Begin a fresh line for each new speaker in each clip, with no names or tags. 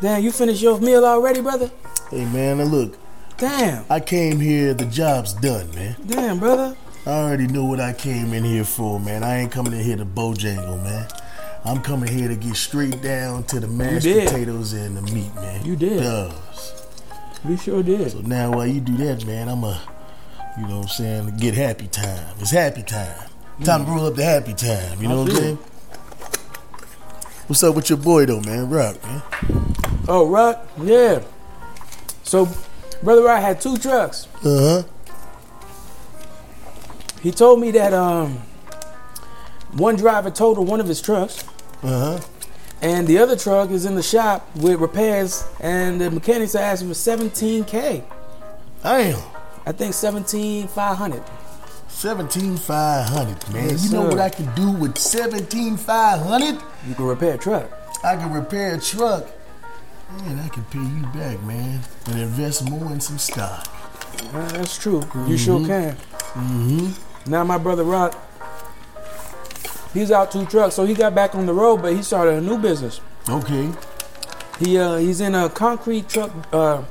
Damn, you finished your meal already, brother?
Hey man, now look,
Damn,
I came here. The job's done, man.
damn, brother.
I already knew what I came in here for, man. I ain't coming in here to bojangle, man. I'm coming here to get straight down to the mashed
did.
potatoes and the meat, man.
You did.
Does.
We sure did.
So now while you do that, man, I'm a, you know what I'm saying, get happy time. It's happy time. Time to roll up the happy time. You know what I'm
Mm. feel
saying? What's up with your boy though, man? Rock, man.
Oh, Rock? Yeah. So, brother Rock had two trucks.
Uh huh.
He told me that um, one driver totaled one of his trucks,
Uh huh.
and the other truck is in the shop with repairs, and the mechanics are asking for 17K.
Damn.
I think 17500
Seventeen five hundred, man.
Yes,
you know
sir.
what I can do with seventeen five hundred?
You can repair a truck.
I can repair a truck. Man, I can pay you back, man, and invest more in some stock.
Uh, that's true. You sure can. Mm-hmm. Now my brother Rock, he's out two trucks, so he got back on the road, but he started a new business.
Okay.
He uh, he's in a concrete truck, uh,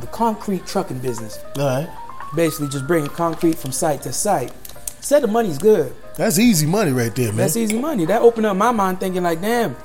the concrete trucking business.
All right.
Basically, just bringing concrete from site to site. Said the money's good.
That's easy money right there, man.
That's easy money. That opened up my mind thinking like, damn,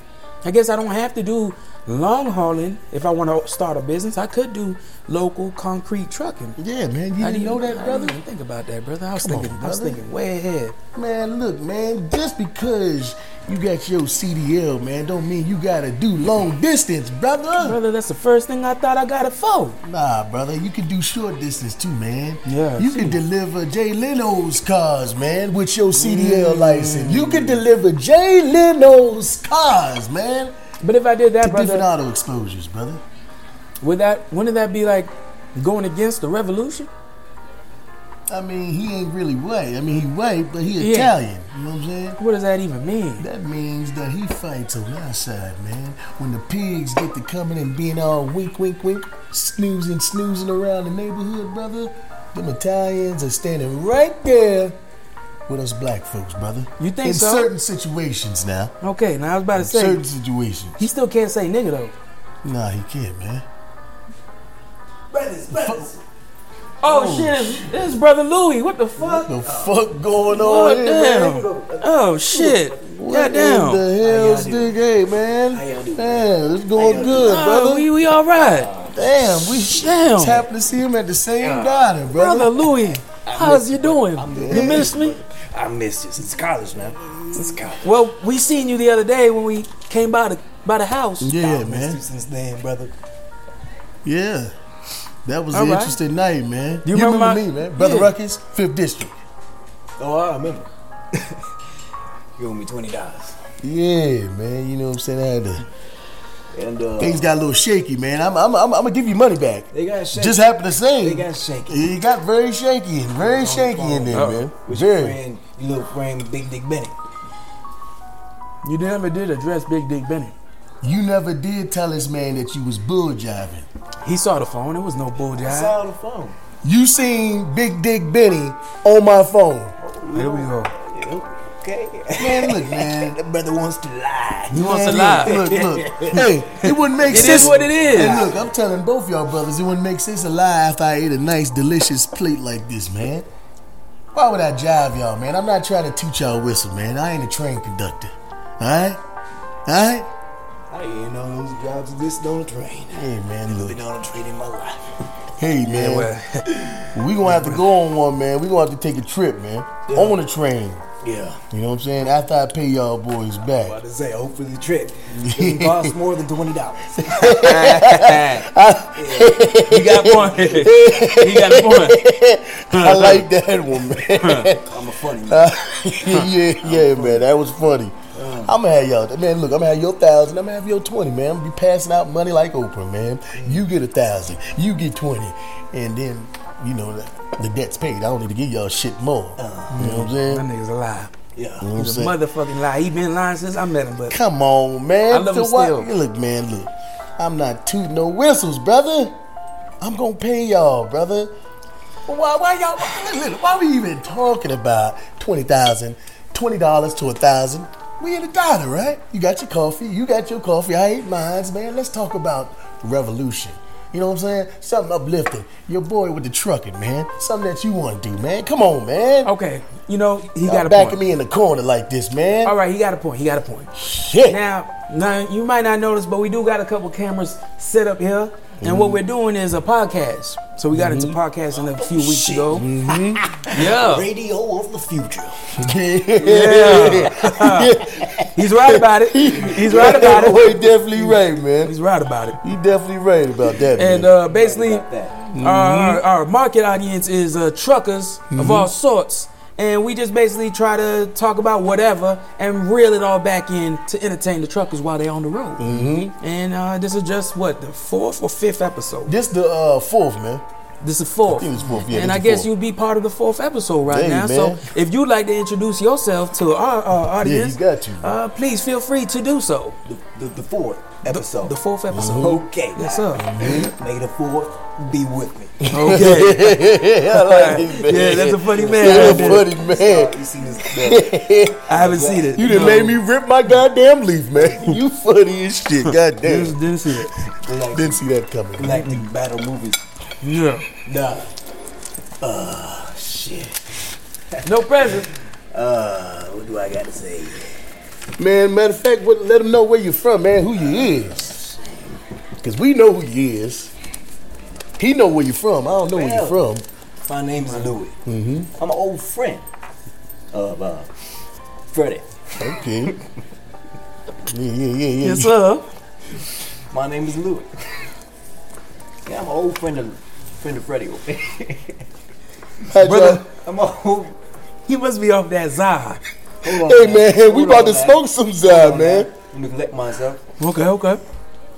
I guess I don't have to do long hauling if I want to start a business. I could do local concrete trucking.
yeah, man. You
I
didn't know that,
I
brother?
didn't even think about that, brother. I was
Come on,
thinking, I was
brother.
thinking way ahead.
Man, look, man. Just because you got your CDL, man, don't mean you gotta do long distance, brother.
Brother, that's the first thing I thought I got it for.
Nah, brother, you can do short distance too, man.
Yeah, I
You
see.
can deliver Jay Leno's cars, man, with your CDL
Mm.
license. You can deliver Jay Leno's cars, man.
But if I did that,
To different
brother,
auto exposures, brother.
would that wouldn't that be like going against the revolution?
I mean, he ain't really white. I mean, he white, but he
Yeah.
Italian. You know what I'm saying?
What does that even mean?
That means that he fights on our side, man. When the pigs get to coming and being all wink, wink, wink, snoozing, snoozing around the neighborhood, brother, them Italians are standing right there with us black folks, brother.
You think
In
so?
certain situations now.
Okay, now I was about to say
certain situations.
he still can't say nigga though.
Nah, he can't, man.
Oh, shit, it's, it's brother Louis. What the fuck?
The fuck going on
Oh
here,
damn.
man?
Oh shit.
What
Goddamn.
in the hell, Stig? Hey, man. Damn, it's going good,
Oh,
brother.
we we all right.
Damn, we
Damn.
tapped to see him at the same garden, brother.
Brother Louis, how's you doing? You miss me?
I miss you. It's college now. It's college.
Well, we seen you the other day when we came by the by the house.
Yeah,
I missed
man.
you since then, brother.
Yeah. That was
All
an
right.
interesting night, man.
You remember my-
me, man? Brother
Yeah.
Ruckus, 5th District.
Oh, I remember. you owe me twenty dollars.
Yeah, man. You know what I'm saying? I had to,
And uh,
things got a little shaky, man. I'm, I'm, I'm, I'm going to give you money back.
they got shaky.
Just happened the same.
They got shaky.
It got very shaky, very shaky in there,
Uh-oh.
man.
with your
Very.
friend, your little friend, Big Dick Benny.
You never did address Big Dick Benny.
You never did tell this man that you was bull jiving.
He saw the phone. It was no bull
I
jive.
saw the phone.
You seen Big Dick Benny on my phone.
Here we go.
Yeah, Okay.
Man, look, man.
that brother wants to lie.
He wants to
Man,
lie.
Look, look, look. hey, it wouldn't make
It
sense.
is what it is.
Hey, look, I'm telling both y'all brothers, it wouldn't make sense to lie after I ate a nice, delicious plate like this, man. Why would I jive y'all, man? I'm not trying to teach y'all whistle, man. I ain't a train conductor. All right, all right.
I ain't on those jobs. This on a train.
Hey, man,
Been
look.
on a train in my life.
Hey, man. we gonna have to go on one, man. We gonna have to take a trip, man. On a train.
Yeah.
You know what I'm saying? After I pay y'all boys
About
back,
to say, hopefully the trip doesn't cost more than twenty dollars.
He got a point. he got a point.
I like that one, man.
I'm a funny man.
Uh, yeah, yeah, man, that was funny. I'm gonna have y'all, man. Look, I'm gonna have your thousand. I'm gonna have your twenty, man. I'm gonna be passing out money like Oprah, man. You get a thousand, you get twenty, and then you know the, the debt's paid. I don't need to give y'all shit more. You know what I'm
That
saying?
nigga's a lie.
You know
Yeah.
what I'm
He's a
saying?
motherfucking lie. He been lying since I met him, but
Come on, man.
I love
So
him
why-
still.
Look, man, look. I'm not tooting no whistles, brother. I'm gonna pay y'all, brother. Why, why y'all? Why, look, why we even talking about twenty thousand, twenty dollars to a thousand? We in a dollar, right? You got your coffee. You got your coffee. I ate mine, man. Let's talk about revolution. You know what I'm saying? Something uplifting. Your boy with the trucking, man. Something that you want to do, man. Come on, man.
Okay, you know he got
Y'all
a
backing
point.
me in the corner like this, man.
All right, he got a point. He got a point.
Shit.
Now, now you might not notice, but we do got a couple cameras set up here, and what we're doing is a podcast. So we got into podcasting a few weeks
Shit.
ago. Yeah,
Radio of the future.
yeah.
he's right about it. He's right about
That
it.
boy definitely right, man.
He's right about it.
He definitely right about that,
And
man.
uh, basically,
Got that.
our, our,
Mm-hmm.
our market audience is uh, truckers of all sorts. And we just basically try to talk about whatever and reel it all back in to entertain the truckers while they're on the road. Mm-hmm. And uh, this is just what the fourth or fifth episode.
this the uh, fourth, man.
This is fourth.
think it's fourth, yeah,
and
this
I
is
guess
fourth.
you'll be part of the fourth episode right
Dang,
now.
man.
So if you'd like to introduce yourself to our uh,
Yeah,
audience,
you got to.
uh, please feel free to do so.
The, the, the fourth episode.
The fourth episode.
Okay.
Yes, sir.
May the fourth be with me.
Mm-hmm.
Okay.
I like it, man.
Yeah, that's a funny man
That's a
right
funny
You
man.
see this?
I haven't seen it.
You done
No.
made me rip my goddamn leaf, man. You funny as shit, goddamn.
Didn't, didn't see it.
Like,
Didn't see that coming.
like the battle movies.
Yeah.
Nah. Uh, shit.
No pressure.
Uh, what do I gotta say?
Man, matter of fact, what, let them know where you're from, man, who you is. Because we know who you is. He know where you from. I don't know where you
Well.
from.
My name is Louis. Mm-hmm. I'm an old friend of uh, Freddie.
Okay. Yeah, yeah, yeah, yeah.
Yes, sir.
My name is Louis. Yeah, I'm an old friend of friend of Freddie.
How'd
Brother.
I'm an old.
He must be off that Zaha.
Hold
y'all-
on
Hey,
now.
man, we
Hold
about
on
to
now.
smoke some
Hold
Zyme,
on
man.
now. Let me collect myself.
Okay, okay.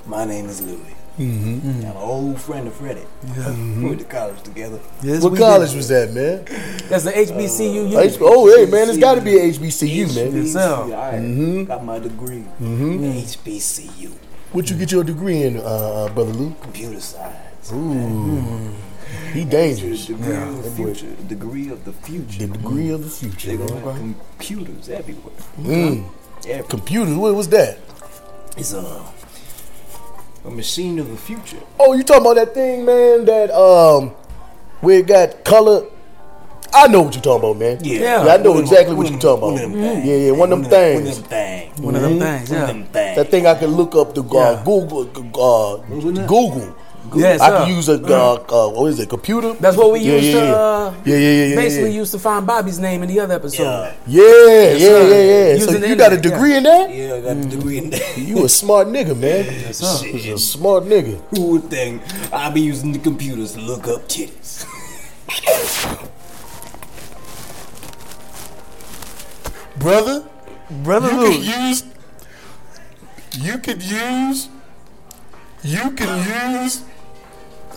My name is Louis.
Mm-hmm.
I'm an old friend of Freddie. We went to college together.
Yes,
What
we
college
did.
was that, man?
That's the HBCU.
H- oh, hey, man, it's got to be a HBCU, man.
Yes, sir.
I
Mm-hmm.
got my degree. HBCU,
What you get your degree in, uh, uh, brother Lou?
computer science.
Ooh, he
The
dangerous.
degree of the future. The degree of the
The
future.
degree of the
They're
future.
gonna
man.
have computers everywhere.
Mm.
Every-
Computers, what was that?
It's a a machine of the future.
Oh, you talking about that thing, man? That um, we got color. I know what you talking about, man.
Yeah. Mm-hmm.
I know
One of them-
exactly what you
one
talking
of
about.
them things.
Yeah, yeah, one of them
One of
things. Mm-hmm.
them things.
One of them things.
One of
Yeah.
them things.
That thing I can look up the uh,
Yeah.
Google, uh,
Google it.
Google.
Yes,
I can
sir.
use a uh, uh, what is it? Computer.
That's what we
Yeah,
used
yeah,
to.
yeah.
Uh,
Yeah, yeah, yeah, yeah,
Basically,
yeah.
used to find Bobby's name in the other episode.
Yeah.
Yeah, yeah,
sir.
yeah, yeah.
Using
So
the
you got a
internet, yeah.
degree in that?
Yeah, I got a degree in
Mm-hmm.
that.
You a smart nigga, man.
sir.
Shit, You a smart nigga.
Who would think I'll be using the computers to look up titties?
Brother,
Brother
you
Lou.
can use you could use you can use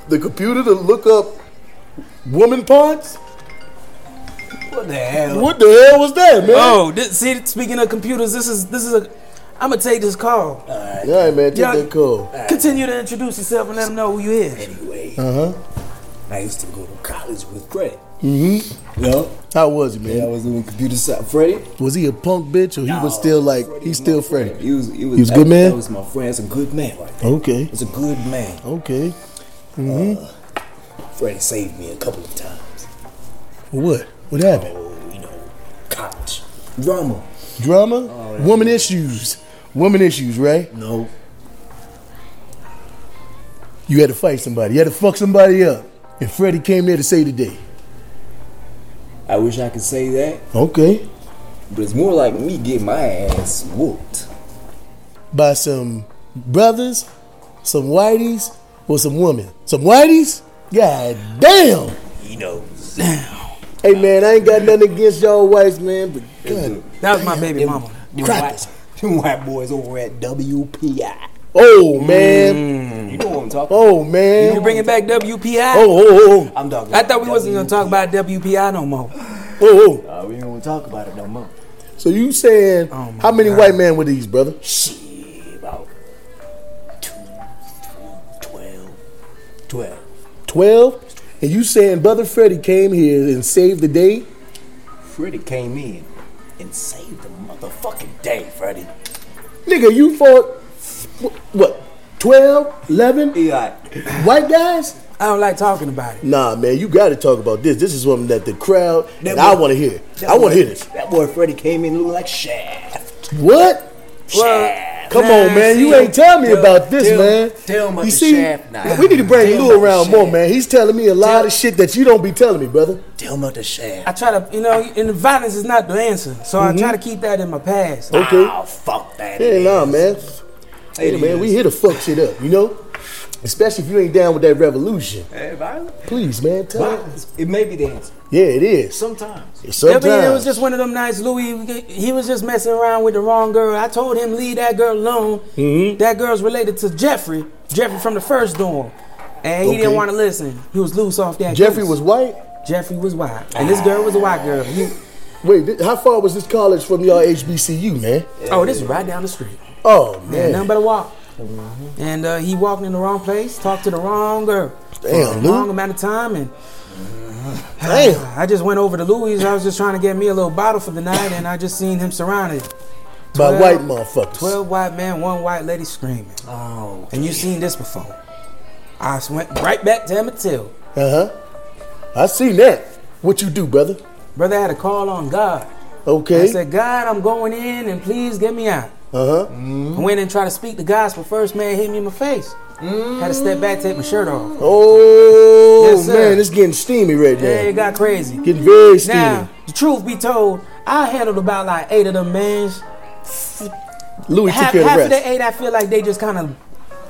the computer to look up woman parts?
What the hell?
What the hell was that, man?
Oh, this, see, speaking of computers, this is this is a. I'm gonna take this call.
All right, man, take
Yeah.
that call.
Continue to introduce yourself and let them know who you is.
Anyway,
Uh-huh.
I used to go to college with Freddie. Mm-hmm. No,
How was it,
yeah, I
man?
was doing computer science. Freddie,
Was he a punk bitch or he was still like he's still Freddy?
He was, he was,
He was a good
that-
man? Oh.
That was my friend. That's a good man right there.
Okay.
It's a good man.
Okay.
Freddie saved me a couple of times.
What? What happened?
Oh, you know, college. Drama.
Drama? Woman issues. Woman issues, right?
No.
You had to fight somebody. You had to fuck somebody up. And Freddie came there to save the day.
I wish I could say that,
Okay.
but it's more like me getting my ass whooped.
By some brothers, some whiteys, or some women. Some whiteys? God damn!
You know,
Hey man, I ain't got nothing against y'all whites, man, but God.
them,
That was my baby mama.
them,
Crackers.
white, them white boys over at WPI.
Oh man.
You know what I'm talking about?
Oh man.
You bringing back WPI?
oh, oh, oh,
I'm talking
I
about
thought we wasn't gonna talk about WPI no more.
oh, oh.
Uh, we ain't gonna talk about it no more.
So you saying
Oh, my
how many
God.
white men were these, brother?
Shit, about two, two, 12, 12.
Twelve? And you saying Brother Freddie came here and saved the day?
Freddie came in and saved the motherfucking day, Freddie.
Nigga, you fought wh- what? 12, 11
Yeah.
white guys?
I don't like talking about it.
Nah, man, you got to talk about this. This is something that the crowd
That
and I
boy-
want to hear.
that
I want
boy-
to hear this.
That boy Freddie came in looking like Shaft.
What?
Well,
Come
man,
on, man. You
see,
ain't tell me
tell-
about this,
tell-
man.
tell him about
you
the shaft now.
we need to bring
Tell him
Lou
about the
around more,
shaft.
man. He's telling me a lot of shit that you don't be telling me, brother.
Tell him about the
I
Shaft.
try to, you know, and the violence is not the answer. So I
Mm-hmm.
try to keep that in my past.
Okay.
Oh, fuck that.
Yeah,
it
nah,
is.
man. Hey,
It
man,
is.
we here to fuck shit up, you know? Especially if you ain't down with that revolution.
Hey, violence.
Please, man, tell him.
Violence. It may be the answer.
Yeah, it is.
Sometimes.
Sometimes.
I mean, it was just one of them nights. Louis, he was just messing around with the wrong girl. I told him leave that girl alone.
Mm-hmm.
That girl's related to Jeffrey, Jeffrey from the first dorm, and he didn't
Okay.
want to listen. He was loose off that.
Jeffrey
goose.
was white?
Jeffrey was white, and this girl was a white girl. He-
Wait, th- how far was this college from y'all HBCU, man?
oh, this is right down the street.
Oh,
Yeah,
man.
nothing but a walk.
Mm-hmm.
And uh, he walked in the wrong place, talked to the wrong girl. for
Damn,
a
Lou.
long amount of time, and
Damn.
I just went over to Louis. I was just trying to get me a little bottle for the night, and I just seen him surrounded.
By
12
white motherfuckers.
Twelve white men, one white lady screaming.
Oh.
And you seen this before. I just went right back to Emmett Till.
Uh huh. I seen that. What you do, brother?
Brother had a call on God. I
Okay.
said, God, I'm going in and please get me out.
Uh huh.
I went in and tried to speak the gospel first, man hit me in my face. Had to step back, take my shirt off.
Oh
Yes, sir.
man, it's getting steamy right
Yeah,
now.
it got crazy.
Getting very steamy.
Now, the truth be told, I handled about like eight of them mans.
Louis took
Half,
care
half
of
of
the rest.
the eight, I feel like they just kind of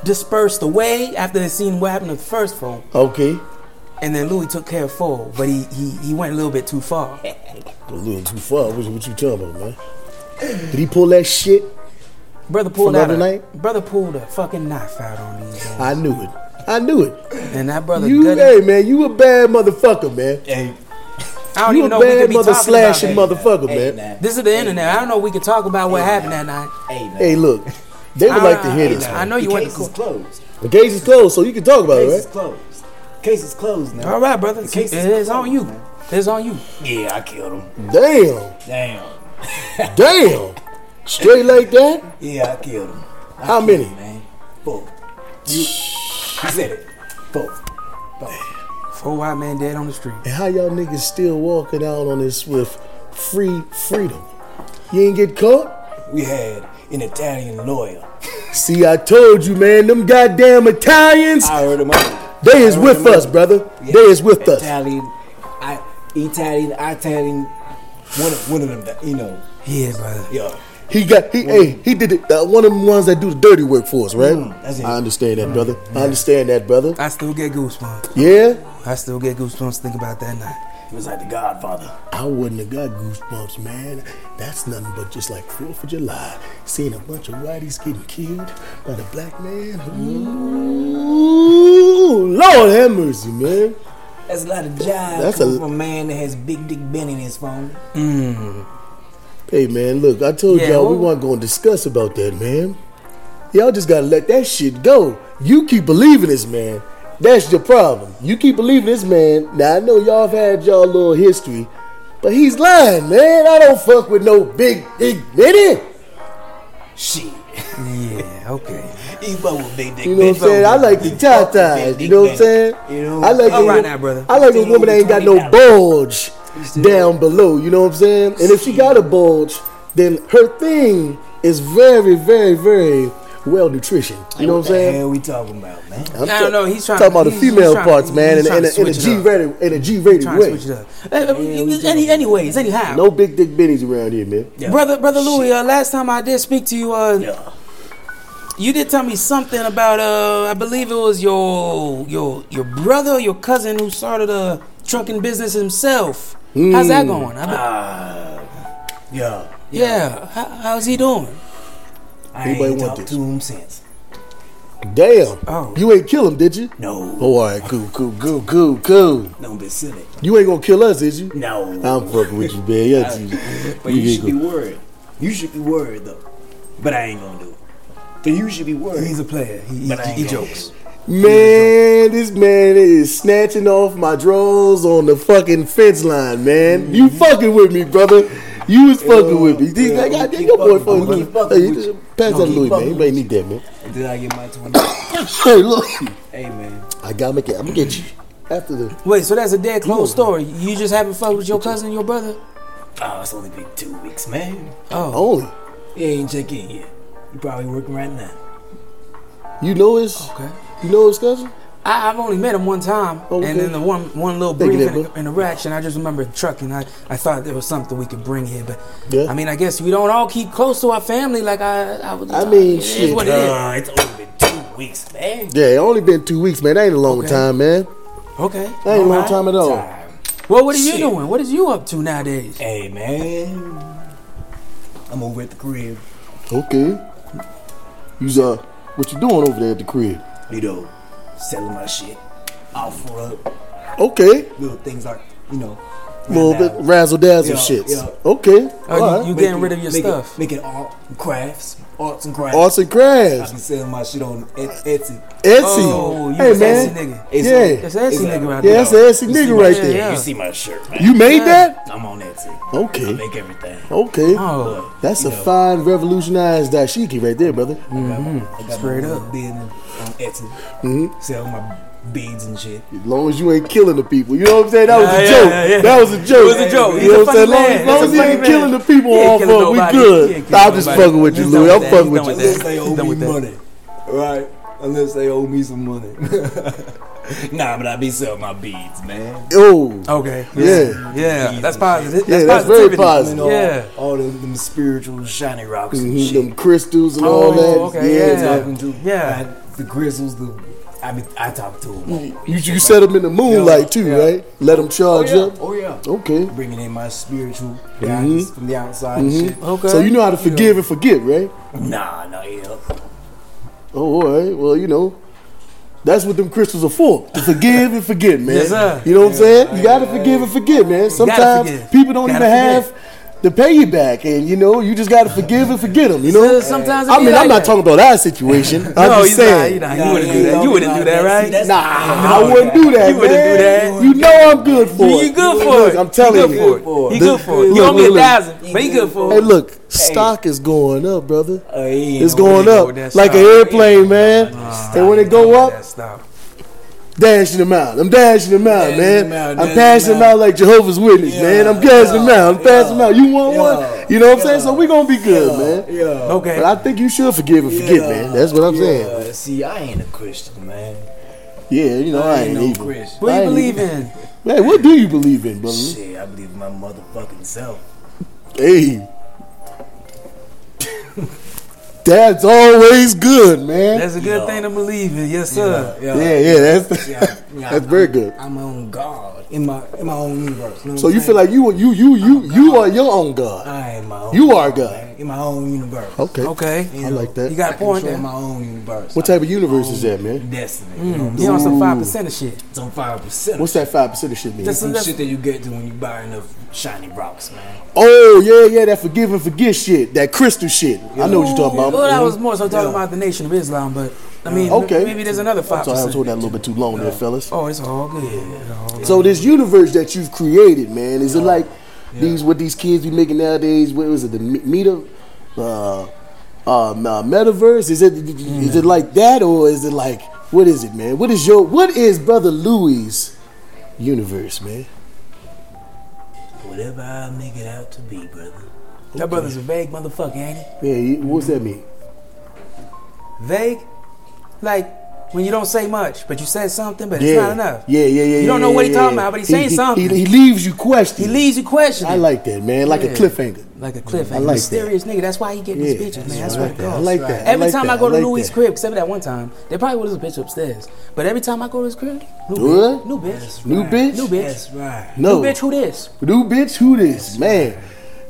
dispersed away after they seen what happened to the first phone.
Okay.
And then Louis took care of four, but he, he, he went a little bit too far.
A little too far. What, what you talking about, man? Did he pull that shit?
Brother pulled
From
out
the
a,
other night?
Brother pulled a fucking knife out on these guys.
I knew it. I knew it.
And that brother
You,
gutted-
hey man, you a bad motherfucker, man.
Hey,
I don't
You a
even know if we
bad
could be
mother
talking about
slashing
that.
motherfucker,
hey,
man.
man.
This is the internet. I don't know if we could talk about what happened that night.
Hey, man.
Hey, look, they would like to hear
I-
this.
I know you
the
went to
case is
court. Oh,
closed.
The case is closed, so you can talk about
Case is
it, right?
closed. Case is closed now.
All right, brother. It's,
case is
it's
closed,
on you.
man.
It's on you.
Yeah, I killed him.
Damn,
Damn.
damn, straight like that.
Yeah, I killed him. I
How
killed
many?
him, man. Four. You, you said it. Four. Four.
Four white men dead on the street.
And how y'all niggas still walking out on this with free freedom? You ain't get caught.
We had an Italian lawyer.
See, I told you, man, them goddamn Italians,
I heard him up.
they is
I
with
remember.
us, brother.
Yeah.
They is with us.
Italian, I, Italian, Italian. One of, one of them, that- you know.
Yeah, brother.
Yeah.
He got, he, hey, he did it. Uh, one of them ones that do the dirty work for us, right?
Mm, that's it. Mm.
I understand that, brother. I understand that, brother.
I still get goosebumps.
Yeah,
I still get goosebumps thinking about that night.
He was like the Godfather.
I wouldn't have got goosebumps, man. That's nothing but just like Fourth of July, seeing a bunch of whiteys getting killed by the black man. Ooh, Lord have mercy, man.
That's a lot of jive
That's
coming
a-
from a man that has Big Dick Ben in his phone.
Hey man, look, I told
Yeah,
y'all we
well-
weren't gonna discuss about that, man. Y'all just gotta let that shit go. You keep believing this man. That's your problem. You keep believing this man. Now I know y'all have had y'all little history, but he's lying, man. I don't fuck with no big big nitty.
Shit.
Yeah, okay.
He fuck with Big Dick
You know
Ben.
what I'm saying? I like the tie
Big
ties.
dick
You know what
man.
I'm saying?
You know?
I like
All
a-
right now, brother.
I like a woman that ain't got no
$15,
bulge down below. You know what I'm saying? And if she got a bulge, then her thing is very, very, very well nutritioned. You know what I'm
the
saying?
hell we talking about, man?
I'm
I
ta-
don't know, he's tryna-
talking about the
he's- he's
female
tryna-
parts, man,
he's
in, a- in,
tryna
a, in a
switch it up.
G-rated in a G-rated
Trying
way.
to switch it up. Uh, any, anyways, anyhow.
No big dick bennies around here, man.
Yeah.
Brother, brother Louis, uh, last time I did speak to you, uh,
Yeah.
you did tell me something about uh, I believe it was your your your brother, or your cousin who started a trucking business himself. How's that going? I be-
Ah, yeah.
yeah, how, how's he doing?
I
Anybody
ain't
want
talked
this?
to him since.
Damn.
Oh.
You ain't kill him, did you?
No.
Oh, all right, cool, cool, cool, cool, cool.
Don't be silly.
You ain't gonna kill us, is you?
No.
I'm fucking with you, man. Yeah, you-
But you
ain't
should be
gonna-
worried. You should be worried though. But I ain't gonna do it. So you should be worried.
a player. He,
but I ain't gonna do it.
Man, this man is
Mm-hmm.
snatching off my drawers on the fucking fence line, man. You fucking with me, brother. You was fucking
Yeah,
with me. These-
yeah,
I got-
keep
your boy
fucking with
fucking
you,
with
fucking
me. Hey,
with you.
Pass that
Keep
Louis, man.
fucking
Anybody
with
need that, man.
Did I get my 20?
Hey, look.
hey, man.
I gotta make it. I'm gonna get you after the.
Wait, so that's a dead close story. You just haven't fucked with your cousin and your brother?
Oh, it's only been two weeks, man.
Oh.
Only.
You ain't check in yet. You probably working right now.
You know his.
Okay.
You know his cousin.
I, I've only met him one time,
Okay.
and then the one one little
Thank you,
brief
that
inter-
book.
interaction. I just remember the truck, and I, I thought there was something we could bring here, but
Yeah.
I mean, I guess we don't all keep close to our family like I I was.
I mean,
it is
shit,
what it is.
Nah, it's only been two weeks, man.
Yeah, it only been two weeks, man. That ain't a long
Okay.
time, man.
Okay.
That ain't a
all
long
right.
time at all.
Time.
Well, what are you
Shit.
doing? What is you up to nowadays?
Eh,
Hey, man. I'm over at the crib.
Okay. You's uh, what you doing over there at the crib?
You know, selling my shit. Offer up
Okay.
little things like, you know.
little bit razzle dazzle
Yeah,
shits.
yeah.
Okay.
Oh, you-
alright.
you getting rid of your
make
stuff.
It, make it art and crafts. Arts and crafts.
Arts and
I
crafts.
be selling my shit on Et- Etsy.
Etsy.
Oh, you
hey
a sassy
man.
nigga.
It's
Yeah.
That's Etsy
It's
nigga
a-
right
Yeah,
there.
that's an Etsy
You see
nigga
my-
right
yeah,
there.
yeah.
You see my shirt, man.
You made
Yeah.
that?
I'm on Etsy. I
Okay.
make everything.
Okay.
Oh,
That's
You
a
know.
fine revolutionized dashiki right there, brother.
I got
Mm-hmm. Straight
my little
up.
business on Etsy.
Mm-hmm.
Sell my beads and shit.
As long as you ain't killing the people. You know what I'm saying? That was
Yeah,
a
yeah,
joke.
yeah, yeah.
That was a joke.
It was a joke. He's
You know
a
what I'm saying?
funny
Long-
man.
As long
He's
as
a
you
funny
ain't
man.
killing the people
He ain't
off
killing
of, we
nobody. He ain't
good. Nah,
killing
I'm just
nobody.
fucking with you,
He's
Louis.
done
I'm
with
fucking
that.
with
He's
you.
done
Unless
that.
they
He's
owe
done
me
with that.
money. Right. Unless they owe me some money. nah, but I be selling my beads, man.
Oh.
Okay.
Yeah.
Yeah. That's positive.
Yeah, that's very
positivity.
positive.
And all,
Yeah.
all them, them spiritual shiny rocks and
Mhm,
shit.
Them crystals and all
Oh,
that.
okay,
Yeah. Oh,
yeah.
Talking to
Yeah.
I- the grizzles, the I mean, I talk to them.
You, you set them in the moonlight too,
Yeah.
right? Let them charge up.
Oh yeah.
Okay.
Bringing in my spiritual
Mm-hmm.
guidance from the outside and shit.
Okay.
So you know how to forgive and forget, right?
Nah, nah, yeah.
Oh, all right. Well, you know, that's what them crystals are for. To forgive and forget, man.
Yes, sir.
You know what I'm saying? You got to forgive and forget, man. Sometimes
forgive.
people don't
Gotta
even have to pay you back. And, you know, you just got to forgive and forget them, you know?
So sometimes it
I
be
mean, I'm
like
not
that.
talking about our situation. I'm
no, you
just
nah,
saying.
you nah, you wouldn't do that. You wouldn't do that, right?
Nah, I wouldn't do that.
You wouldn't
man.
do that.
You know I'm good for
You
it.
you good
Look,
for it.
I'm telling you.
you. Good for it. You good
The-
for it. You
look,
owe me
look,
a
look.
thousand, but you good for
Hey,
it.
look, stock is going up, brother.
Uh,
It's
where
going
they go
up
with that
like an
stock.
airplane, man. and when it go up,
That's not-
dashing them out. I'm dashing them out,
Dashing
man.
them out,
I'm
dashing
passing them
them out.
out like Jehovah's Witness,
Yeah,
man. I'm passing them out. I'm
yeah,
passing them out. You want
yeah,
one? You know what I'm saying? So we gonna be good, man.
Yeah.
Okay.
But I think you should forgive and forget, man. That's what I'm saying.
See, I ain't a Christian, man.
Yeah, you know I, ain't,
no
even.
Christian.
what do
I
you
ain't
believe in?
Hey, what do you believe in, brother?
Shit, I believe in my motherfucking self.
Hey. That's always good, man.
That's a good thing to believe in. Yes, sir.
yeah, yeah, that's
Yeah, yeah,
that's very good.
I'm my own God in my in my own universe. know
So
what
you
I'm
feel
saying?
like you you you you
Oh,
you are your own God.
I am my own.
You are
God,
God.
man, in my own universe.
Okay.
Okay.
I like that.
You got a point
Control
there.
my own universe.
What
I-
type of universe is that, man?
Destiny. You know what I'm
You
saying?
on some five percent of shit.
It's on five percent.
What's that five percent of shit mean?
That's-
Some shit that you get to when you buy enough shiny rocks, man.
Oh yeah, yeah, that forgive and forget shit, that crystal shit. I know what you're talking
Well,
about.
Oh, that
Mhm.
was more so talking
Yeah.
about the Nation of Islam, but I mean,
Okay.
maybe there's another five
Sorry, I was
percent.
holding that a little bit too long there, fellas.
Oh, it's all good. It's all good.
So this universe that you've created, man, is it like these what these kids be making nowadays? What was it? The me- meta, uh, uh, m- uh, metaverse? Is it is
Mm.
it like that or is it like what is it, man? What is your what is brother Louis' universe, man?
Whatever I make it out to be, brother.
That brother's a vague motherfucker, ain't he?
Yeah, he- what's that mean?
Vague, like when you don't say much, but you said something, but it's
yeah,
not enough.
yeah, yeah, yeah.
You don't know
yeah,
what he
yeah,
talking
yeah.
about, but he's
He-
saying
he-
something.
He, he leaves you
He
questioning.
leaves you questioning.
I like that, man. Like
Yeah.
a cliffhanger.
Like a cliffhanger.
I like
Mysterious nigga. That's why he get
Yeah,
these bitches, man. That's
I
what
like
it
that. I
goes.
like that.
Every
like
time
that.
I go to
like
Louis'
that.
crib, except for that one time, there probably was a bitch upstairs. But every time I go to his crib, new
What?
bitch, new bitch,
New bitch?
new bitch,
That's right.
No,
new bitch. Who this?
New bitch, who this? Man.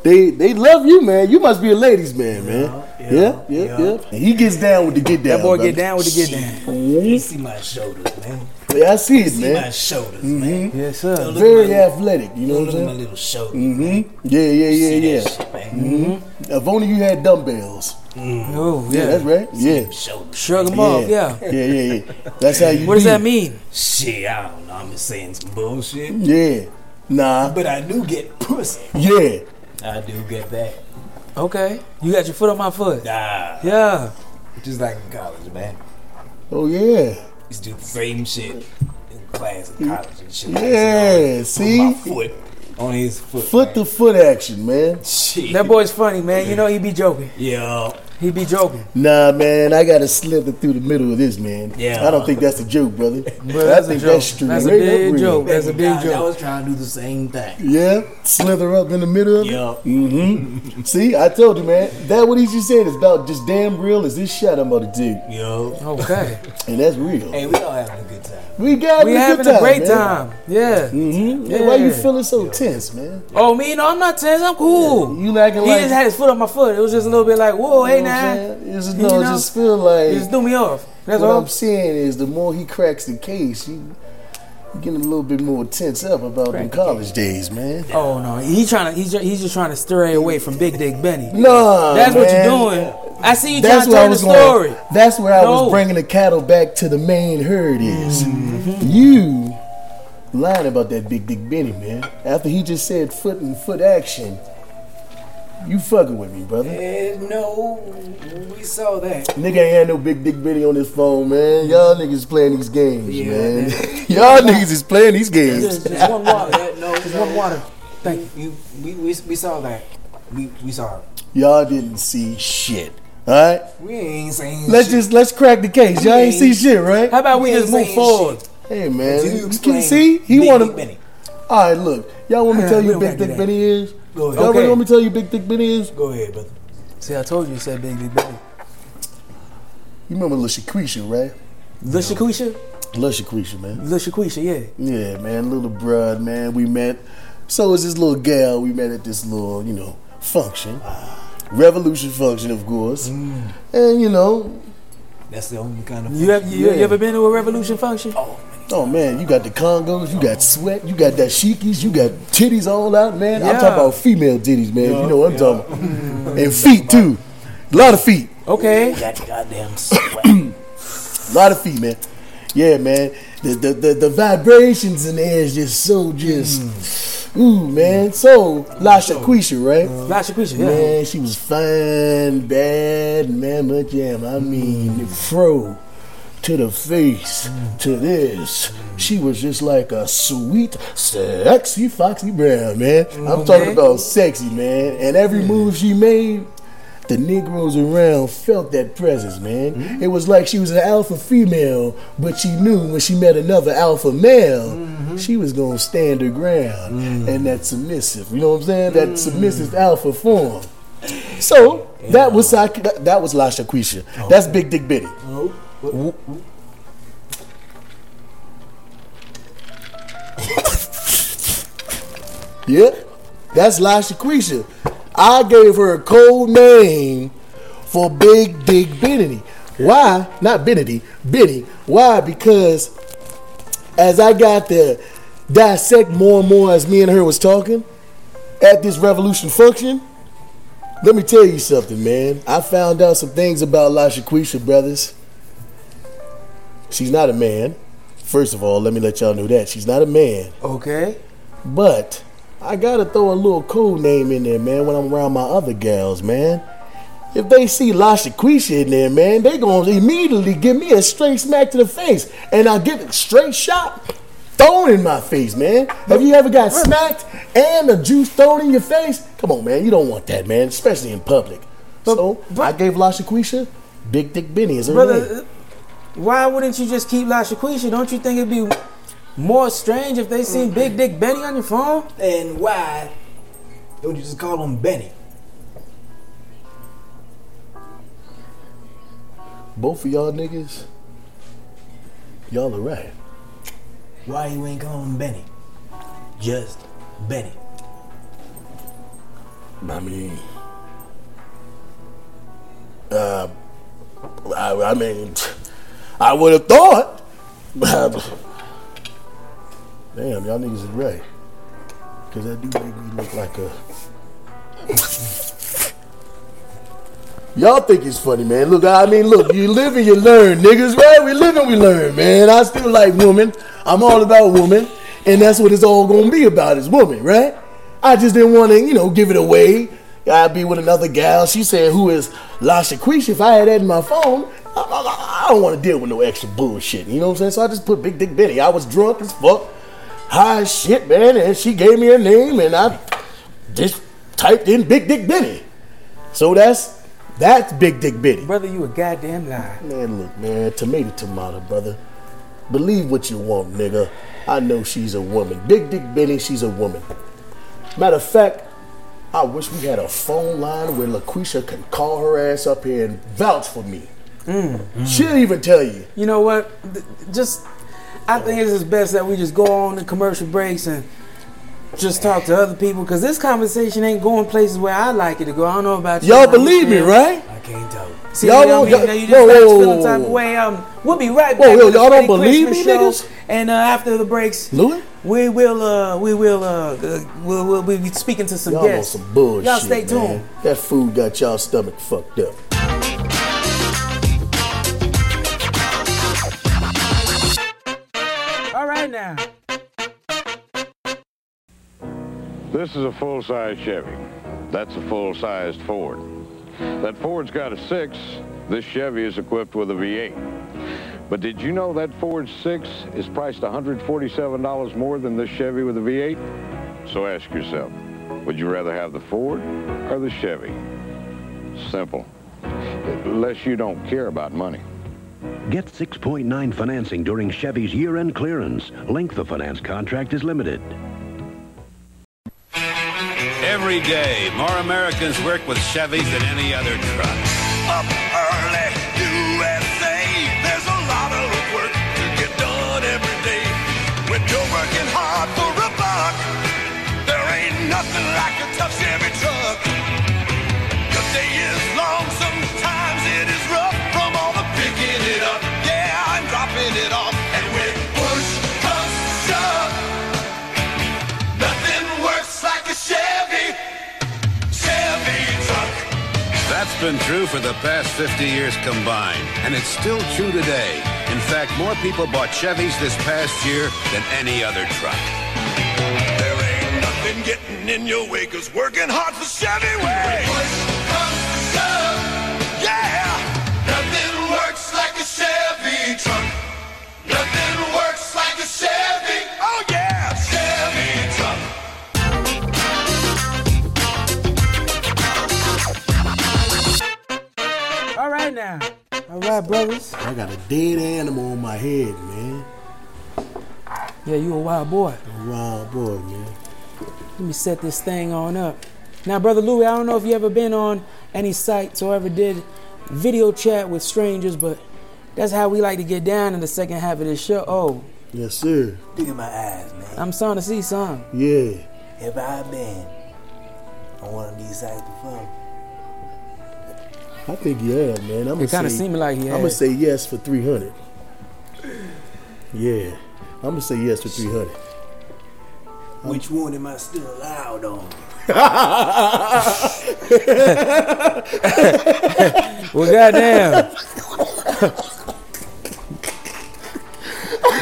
They they love you, man. You must be a ladies' man, man.
Yeah,
Yep,
yeah,
yep, yep. He gets down with the get down.
That boy
brother.
get down with the get down.
You see my shoulders, man.
Yeah, I see it,
See my
man.
shoulders, man.
Yes, sir.
Look at
Very
my-
athletic, you know
Look
what I'm
at my
saying?
little shoulders.
Mm-hmm. Yeah, yeah,
See
yeah,
that
yeah.
shit, man.
If only you had dumbbells.
Oh
Yeah,
yeah.
that's right. Yeah.
Shoulders.
Shrug him off. Yeah.
yeah, yeah, yeah. That's how you.
What does
be.
that mean?
Shit, I don't know. I'm just saying some bullshit.
Yeah, nah,
But I do get pussy.
yeah.
I do get that.
Okay. You got your foot on my foot.
Nah,
Yeah.
just like in college, man.
Oh yeah.
Used to do the same shit in class in college and shit.
Yeah, see?
Put my foot on his foot.
Foot to
man.
foot action, man.
shit.
That boy's funny, man. You know he be joking.
Yo,
He be joking.
Nah, man, I gotta slither through the middle of this, man.
Yeah.
I don't think that's a joke, brother.
Bro,
I
that's a
think
joke.
that's straight
That's a
up
big
real.
joke. That's a big
Guys, I
joke.
was trying to do the same thing.
Yeah, slither up in the middle of it.
Yo,
Mm-hmm. See, I told you, man. That what he just said is about just damn real as this shit I'm about to do,
yo.
Okay.
and that's real.
Hey, we all having a good time.
we got
we
a
having
good time,
a great
man.
time. Yeah.
Mm-hmm. Yeah. Why you
Yeah.
feeling so tense, man?
Oh, me? No, I'm not tense. I'm cool.
You acting
He
like
just had his foot on my foot. It was just a little bit like, whoa,
you
hey
know what I'm
now.
saying? It's just,
You
no, it
know?
just feel
It just
like
threw me off. That's
what
all.
I'm saying is the more he cracks the case, you you getting a little bit more tense up about them college days, man.
Oh no, he trying to. He's just, he's just trying to stray away from Big Dick Benny.
Nah,
that's what
man.
you're doing. I see you trying
That's
to
where I
turn the
was
story.
going. That's where I
No.
was bringing the cattle back to the main herd. Is Mm-hmm. you lying about that big dick Benny man? After he just said foot and foot action, you fucking with me, brother.
Eh, no, we saw that.
Nigga ain't had no big dick Benny on his phone, man. Y'all niggas playing these games,
Yeah,
man.
that-
Y'all niggas is playing these games.
Just, just one water.
That- no,
Just
no.
one water. Thank you.
You, we, we, we saw that. We, we saw it.
Y'all didn't see shit. All right,
We ain't saying
let's
shit.
just let's crack the case. Y'all ain't see shit,
How
right?
about we
You ain't
just move
saying
forward?
shit.
Hey man,
You
you
explain
can see he
Big
want
Dick
to.
Benny.
All right, look, y'all want me to tell
We
you
don't
Big
gotta do
Dick
that.
Benny is?
Go ahead.
Y'all
Okay.
really want me to tell you Big Dick Benny is?
Go ahead, brother.
See, I told you, you said Big Dick Benny.
You remember Lil Shaquisha, right?
Lil Shaquisha?
Lil Shaquisha, man.
Lil Shaquisha, yeah.
Yeah, man, little broad, man. We met. So was this little gal we met at this little, you know, function, revolution function, of course. And you know,
That's the only kind of.
You, have, you,
Yeah.
you ever been to a Revolution function?
Oh, man.
oh man, you got the Congos, you got sweat, you got dashikis, you got titties all out, man. I'm
Yeah.
talking about female titties, man. you know what I'm talking about, and feet too. A lot of feet.
Okay.
Got goddamn sweat.
A lot of feet, man. Yeah, man. The the, the, the vibrations in the air is just so just ooh, man. So La Shaquisha, right?
Lil Shaquisha, yeah.
Man, she was fine, bad, man, but jam. I mean, fro to the face to this. She was just like a sweet, sexy Foxy Brown, man. I'm talking
Okay.
about sexy, man. And every move she made, the Negroes around felt that presence, man. It was like she was an alpha female, but she knew when she met another alpha male, she was gonna stand her ground and that submissive. You know what I'm saying? That submissive alpha form. So that was Sa- that, that was La Shaquisha. That's Big Dick Bitty.
Oh, what-
Yeah, that's La Shaquisha. I gave her a code name for Big Dick Benny. Why? Not Benny, Benny. Why? Because as I got to dissect more and more as me and her was talking at this revolution function, let me tell you something, man. I found out some things about La Shaquisha, brothers. She's not a man. First of all, let me let y'all know that. She's not a man.
Okay.
But I gotta throw a little cool name in there, man, when I'm around my other gals, man. If they see La Shaquisha in there, man, they gonna immediately give me a straight smack to the face. And I get a straight shot thrown in my face, man. Have you ever got smacked and a juice thrown in your face? Come on, man, you don't want that, man, especially in public. so
but-
I gave La Shaquisha Big Dick Benny as her name.
Brother, uh, why wouldn't you just keep La Shaquisha? Don't you think it'd be more strange if they seen Big Dick Benny on your phone?
and why don't you just call him Benny?
Both of y'all niggas, y'all are right.
Why you ain't calling him Benny? Just Benny.
I mean, uh, I, I mean, I would have thought. Damn, y'all niggas is right. Cause that do make me look like a. Y'all think it's funny, man. Look, I mean, look, you live and you learn, niggas, right? We live and we learn, man. I still like women. I'm all about women. And that's what it's all gonna be about is women, right? I just didn't want to, you know, give it away. I'd be with another gal. She said, "Who is La Shaquisha?" If I had that in my phone, I, I- I don't want to deal with no extra bullshit. You know what I'm saying? So I just put Big Dick Benny. I was drunk as fuck, high as shit, man. And she gave me her name, and I just typed in Big Dick Benny. So that's that's Big Dick Benny.
Brother, you a goddamn liar.
Man, look, man, tomato, tomato, brother. Believe what you want, nigga. I know she's a woman. Big Dick Benny, she's a woman. Matter of fact, I wish we had a phone line where LaQuisha can call her ass up here and vouch for me.
Mm-hmm.
She'll even tell you.
You know what? Th- Just, I think it's just best that we just go on the commercial breaks and just talk to other people because this conversation ain't going places where I like it to go. I don't know about you.
Y'all
I
believe me,
understand.
right?
I can't tell.
See,
Y'all
y'all you know
don't-
what I mean?
y'all-
Now you just
whoa,
got to
whoa,
feel
whoa,
the type of
whow.
way. Um, we'll be right
Whoa,
back.
yo,
with the
y'all
Freddy
don't believe
Christmas
me,
shows.
niggas?
And uh, after the breaks,
Louis?
we will, uh, we will, uh, uh, we'll, we'll, we'll be speaking to some
Y'all on
guests.
some bullshit.
Y'all stay tuned.
man. That food got y'all stomach fucked up.
All right now.
This is a full-size Chevy. That's a full-sized Ford. That Ford's got a six. This Chevy is equipped with a V8. But did you know that Ford 6 is priced $147 more than this Chevy with a V8? So ask yourself, would you rather have the Ford or the Chevy? Simple. Unless you don't care about money.
Get 6.9 financing during Chevy's year-end clearance. Length of finance contract is limited.
Every day, more Americans work with Chevys than any other truck.
up early, USA. There's a lot of work to get done every day. When you're working hard for a buck, there ain't nothing like a tough Chevy truck. The day is long, sometimes it is rough from all the picking it up, yeah, and dropping it off. And when push comes to shove, nothing works like a Chevy, Chevy truck.
That's been true for the past 50 years combined, and it's still true today. In fact, more people bought Chevys this past year than any other truck.
There ain't nothing getting in your way, cause working hard's the Chevy way. Push comes to shove, yeah. Nothing works like a Chevy truck. Nothing works like a Chevy. Oh yeah, Chevy truck.
All right now. All right, brothers.
I got a dead animal on my head, man.
Yeah, you a wild boy.
Wild boy, man.
Let me set this thing on up. Now, Brother Louie, I don't know if you ever been on any sites or ever did video chat with strangers, but that's how we like to get down in the second half of this show. Oh,
Yes, sir.
Look at my eyes, man.
I'm starting to see some.
Yeah.
Have I been on one of these sites before?
I think you have, man. I'm
It kind of seemed like he
I'm gonna
had.
say yes for 300. Yeah, I'm gonna say yes for 300.
Which
Um,
one am I still allowed on?
Well, goddamn.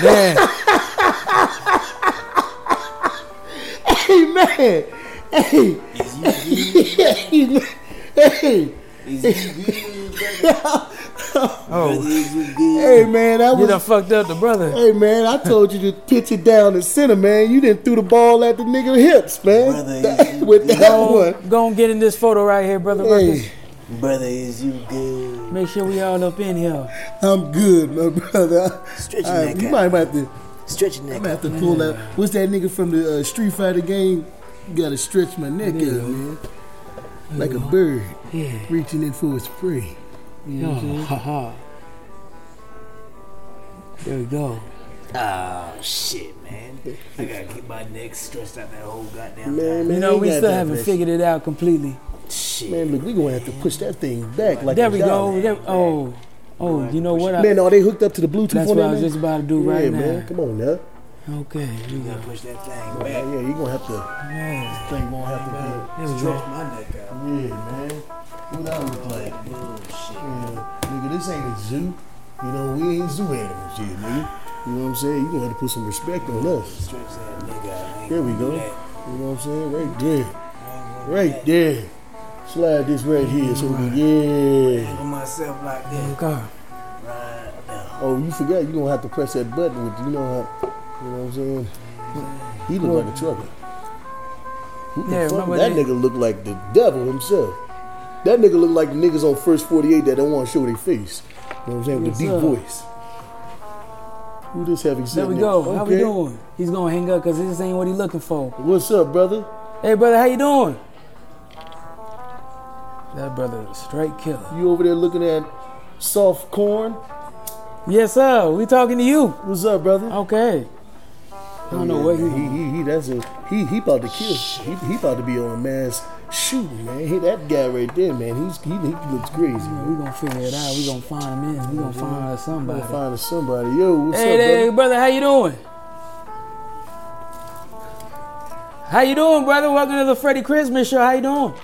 Man,
Hey man, hey, hey, man. hey, hey man, that
Oh. you done
was.
fucked up the brother.
Hey man, I told you to pitch it down the center, man. You didn't threw the ball at the nigga hips, man.
Brother,
That-
you-
with that
Go
one,
on, go on get in this photo right here, Brother Ruckus.
hey,
Brother, is you good?
Make sure we all up in here.
I'm good, my brother.
Stretch your
All right,
neck
Uh, you
out.
might have to.
Stretch your
I'm
neck.
gonna have to pull that. What's that nigga from the uh, Street Fighter game? Gotta stretch my neck out, man. Like a bird
Yeah.
reaching in for its prey.
Oh, haha. There we go.
Oh, shit, man. I gotta keep my neck stretched out that whole goddamn
Man,
time.
man,
You know,
ain't
we
got
still
that
haven't
much.
figured it out completely.
Shit.
Man, look, we gonna have to push that thing back. Like
There
a
we
dollar.
go. There, oh, oh, you know what? I,
Man, are they hooked up to the Bluetooth
that's
on
what
that?
I was
man?
just about to do right
yeah,
now.
man. Come on now.
Okay. we
You
got-
gotta push that thing back.
Yeah, yeah, you gonna have to.
yeah,
Thing gonna have to
there we
Stretch
go.
my neck out. Oh,
be. Yeah, man. What that look like?
Bullshit.
Yeah, nigga, this ain't a zoo. You know, we ain't zoo animals here, nigga. You know what I'm saying? You gonna have to put some respect on us.
Stretch that neck out. I ain't
Here we
gonna do
go.
that.
You know what I'm saying? Right there. Right there. Slide this right here. So yeah.
Angle myself like that.
God.
Right now.
Oh, you forgot you don't have to press that button with you know how you know what I'm saying? He looked like a trucker. Who the
Yeah,
fuck-
remember
that
that-
nigga looked like the devil himself. That nigga looked like the niggas on first 48 that don't want to show their face. You know what I'm saying? With a
Yes,
deep
sir.
voice. Who this heavy
There
sitting
we
there?
go. How we
Okay.
doing? He's gonna hang up because this ain't what he looking for.
What's up, brother?
Hey brother, how you doing? That brother is a straight killer.
You over there looking at soft corn?
Yes sir, we talking to you.
What's up, brother?
Okay. I don't know what
he,
he.
he, he that's a he he about to kill. He, he about to be on a mass shooting, man. He, that guy right there, man. He's he, he looks crazy. Man.
We gonna figure it out. We gonna find him in. We gonna find us
I'm
somebody.
gonna find us somebody. Yo, what's
hey, hey,
up, brother?
brother, how you doing? How you doing, brother? Welcome to the Freddy Christmas show. How you doing?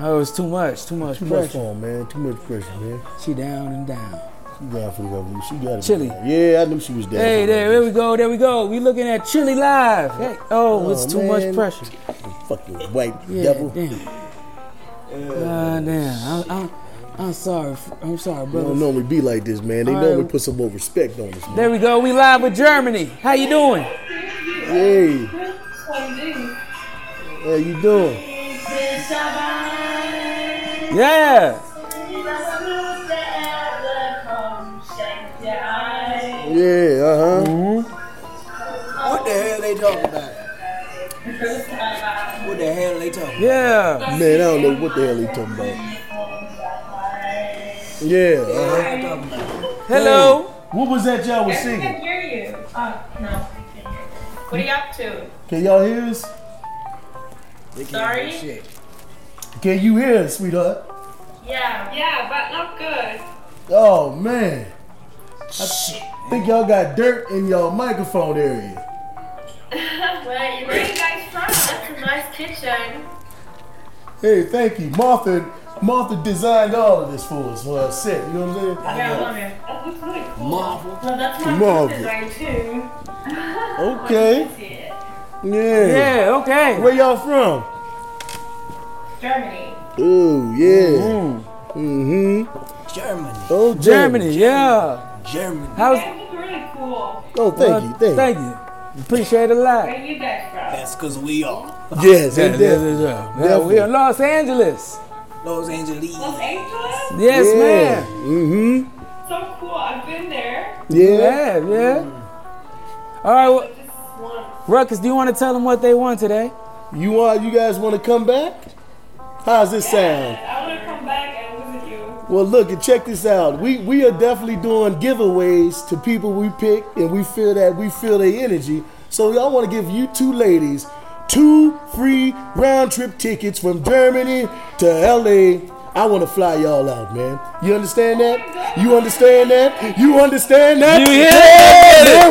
Oh, it's too much, too much
Too much
pressure.
on, man. Too much pressure, man.
She down and down.
She down for the revolution. She got it.
Chili.
Yeah, I knew she was down.
Hey, there,
for the
there we go, there we go. We looking at Chili Live. Hey, oh, it's
Oh,
too
man.
much pressure.
Fucking white
Yeah,
devil.
damn. God damn. I'm, I'm, I'm sorry. I'm sorry,
They
brother.
don't normally be like this, man. They
All
normally
right.
put some more respect on us, man.
There we go. We live with Germany. How you doing?
Hey, how you doing?
Yeah.
Yeah, uh huh.
Mm-hmm.
What the hell they talking about? What the hell they talking
Yeah.
Man, I don't know what the hell he talking about. Yeah. Uh-huh.
Hello.
What was that y'all was singing?
hear you. Oh, no. we can't hear you. What are you up to?
Can y'all hear us?
Sorry?
Can you hear us, sweetheart?
Yeah. Yeah, but not good.
Oh man. I think y'all got dirt in y'all microphone area.
Well, where are you guys from? That's a nice kitchen.
Hey, thank you. Martha Martha designed all of this for us for our set. You know what I'm
Yeah, I love it. That looks really cool.
Marvel.
Well, that's my
Marvel.
design too.
saying? Okay.
See it.
Yeah.
Yeah, okay.
Where y'all from?
Germany.
Oh yeah. Mm-hmm.
Germany.
Oh
Germany, yeah.
Germany.
How's
That looks really cool.
Oh, thank you. Thank,
Thank you. Appreciate it a lot.
Where are you guys from?
That's because we are.
you. Yes,
Yeah,
it
yeah,
does.
yeah, yeah. Yeah, we're in Los Angeles.
Los Angeles.
Los Angeles?
Yes,
yeah.
man.
Mm-hmm.
So cool. I've been there.
Yeah.
Yeah, yeah. All right, well,
Just once.
Ruckus, do you want to tell them what they won today?
You want you guys want to come back? How's this sound?
I want to come back and visit you.
Well, look and check this out. We we are definitely doing giveaways to people we pick, and we feel that we feel their energy. So y'all want to give you two ladies two free round trip tickets from Germany to LA. I want to fly y'all out, man. You understand that? You understand that? You understand that?
You hear
Yeah,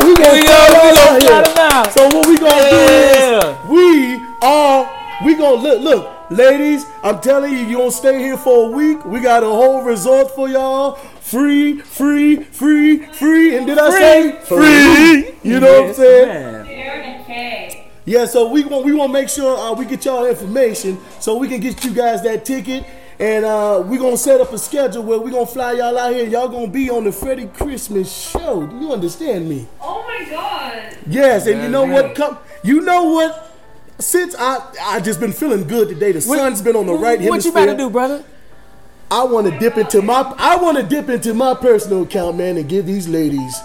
that?
man, we gonna
We
fly
gonna- we gonna
y'all out
fly
here.
them out.
So what we gonna do
Yeah.
is we are we gonna look look ladies i'm telling you you gonna stay here for a week we got a whole resort for y'all free free free free and did i say free you know what i'm
Yes,
saying
man.
Aaron and Kay.
yeah so we want we want to make sure uh, we get y'all information so we can get you guys that ticket and uh, we gonna set up a schedule where we gonna fly y'all out here. Y'all gonna be on the Freddie Christmas show. Do you understand me?
Oh my god.
Yes, and you know
yeah.
what? Come, you know what? Since I I just been feeling good today. The sun's been on the right
What you
hemisphere.
about to do, brother?
I want to dip into my I want to dip into my personal account, man, and give these ladies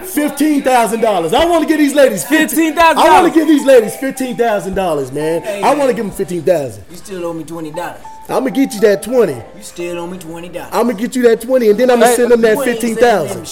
fifteen thousand dollars. I want to give these ladies
$15,000.
I want to give these ladies fifteen thousand dollars, man. I want to give them fifteen thousand.
You still owe me $20.
I'm gonna get you that twenty.
You still owe me $20.
I'm gonna get you that twenty, and then I'm gonna
Hey,
send them that
You ain't
fifteen
sending
thousand.
them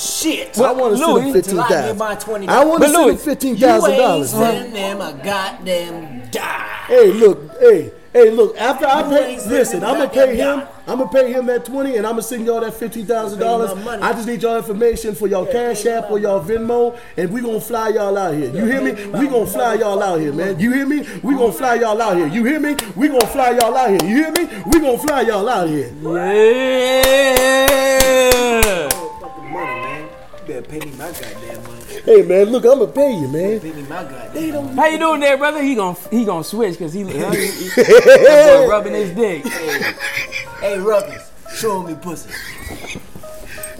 Shit.
I want to send
Louis,
them fifteen
till I get my
thousand.
$20.
I want to
But
send them
Louis,
fifteen
You
thousand
ain't
dollars, man.
sending them a goddamn dime.
Hey, look, hey, hey, look. After I
You
pay,
ain't sending
listen,
me
I'm gonna
goddamn
pay him.
dime.
I'm gonna pay him that twenty, and I'm gonna send y'all that fifteen thousand dollars.
Pay my money.
I just need y'all information for y'all Cash App or y'all Venmo, and we gonna fly y'all out here. You hear me? We gonna fly y'all out here, man. You hear me? We gonna fly y'all out here. You hear me? We gonna fly y'all out here. You hear me? We gonna fly y'all out here.
Yeah.
Fucking money, man. You better better pay me my goddamn money.
Hey man, look, I'ma pay you, man.
Pay me my goddamn money.
How you doing there, brother? He gonna he gonna switch because he, he, he- that boy rubbing his dick.
Hey, Ruckus, show me pussy.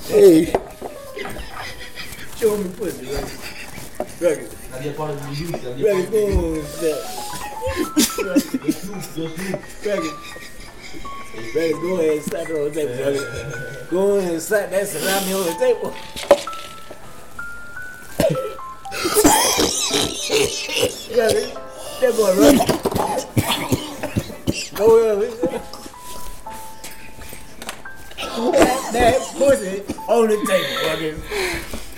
Hey,
Show me pussy, Ruckus. Ruckus. Ruckus, go on, step. Ruckus. Ruckus, go ahead and slap it on the table, Ruckus. Go ahead and slap that salami on the table. Ruckus, that boy Ruckus. Go ahead. That, that pussy on the table, Ruckus.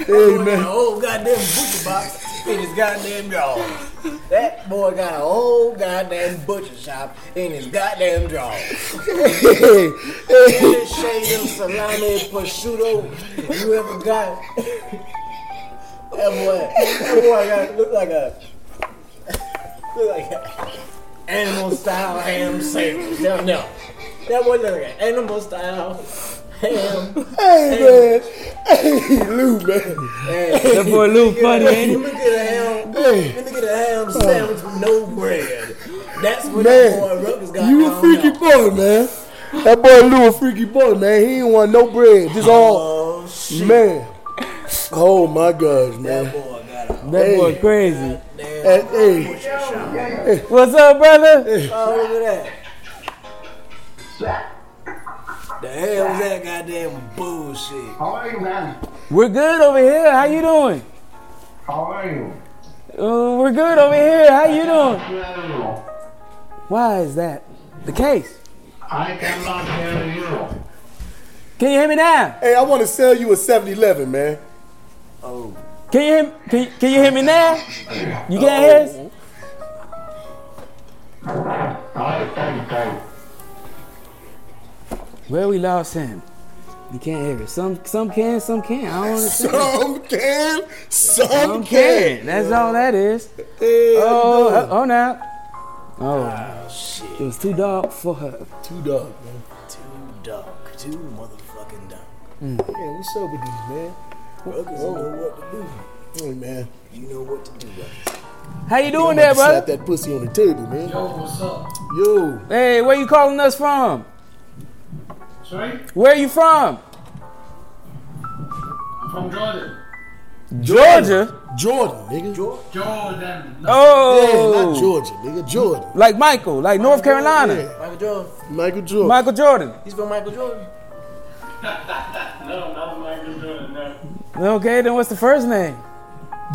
Hey, man. An old goddamn butcher box in his goddamn yard. That boy got an old goddamn butcher shop in his goddamn yard. Any shade of salami, prosciutto you ever got. That boy, that boy got look like a look like a animal style ham sandwich. No, no. That boy look like an animal style ham.
hey man, hey Lou man.
Hey.
That boy Lou funny,
Let
ain't
me
he?
get a ham.
Hey.
Let me get a ham sandwich with no bread. That's what that boy Ruckus got.
Man, you a
down
freaky
now.
boy, man. That boy Lou a freaky boy, man. He ain't want no bread, just all
Oh shit,
man. Oh my gosh,
that
man.
boy got a
That boy
Hey.
crazy.
damn
Hey, hey,
butcher shop.
What's up, brother?
Oh look at that. The hell was that goddamn bullshit?
We're good over here. How you doing? How are you? Uh, we're good over here. How you doing? Why is that the case? I cannot hear you. Can you hear me now?
hey, I want to sell you a 7-Eleven, man.
Can you hear, can, can you hear me now? You can't hear us? Well, we lost him. You can't hear us. Some some can, some can't. I don't understand.
Some can, some
Some can.
can.
That's all that is.
Hey,
Oh,
oh,
oh, oh now. Oh, shit. It was too dark for her.
too dark, man.
Too dark, too motherfucking dark.
Mm. Man, what's up with these, man?
Ruckus, you know what to do.
Hey, man.
You know what to do. Ruckus.
How you doing there,
Slap
brother?
that pussy on the table, man. Yo, what's up? Yo.
Hey, where you calling us from? Sorry? Where you from? from Georgia. Georgia?
Jordan, nigga. Jordan.
Oh,
not Georgia, nigga. Jordan.
like Michael, like North Carolina.
Yeah,
Michael Jordan.
Michael Jordan.
Michael Jordan.
He's from Michael Jordan.
Okay, then what's the first name?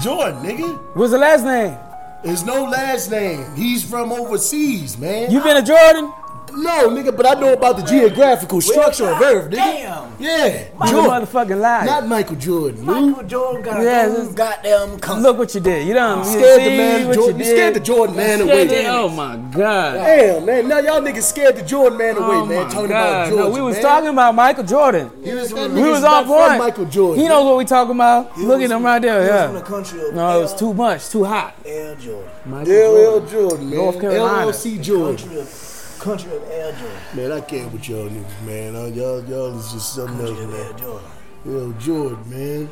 Jordan, nigga.
What's the last name?
There's no last name. He's from overseas, man.
You been to Jordan?
no, nigga, but I know about the geographical structure of Earth, nigga.
Damn.
Yeah,
You a
Jordan.
motherfucking liar.
Not Michael Jordan. Lou.
Michael Jordan got
Yeah,
a
this-
damn goddamn company.
Look what you did. You done you
Scared the
see
man
what
Jordan.
You
You
did.
scared the Jordan man
Scared
away.
the- Oh my god.
Damn, man. Now y'all niggas scared the Jordan man away,
Oh
man.
my God.
Talking about Jordan.
No, we was talking about Michael Jordan. We was on point.
From Michael Jordan.
He knows what we talking about. Look
was-
at him right there.
he was
Yeah.
from the country of
no, it was
L-
too much, too hot.
L. Jordan.
Michael
LL
Jordan.
Jordan, man.
North Carolina.
LLC Jordan.
Country of, country of L. Jordan.
Man, I can't with y'all niggas, man. Uh, y'all, y'all is just something else,
Country of
man.
L. Jordan.
Yo, Jordan, man.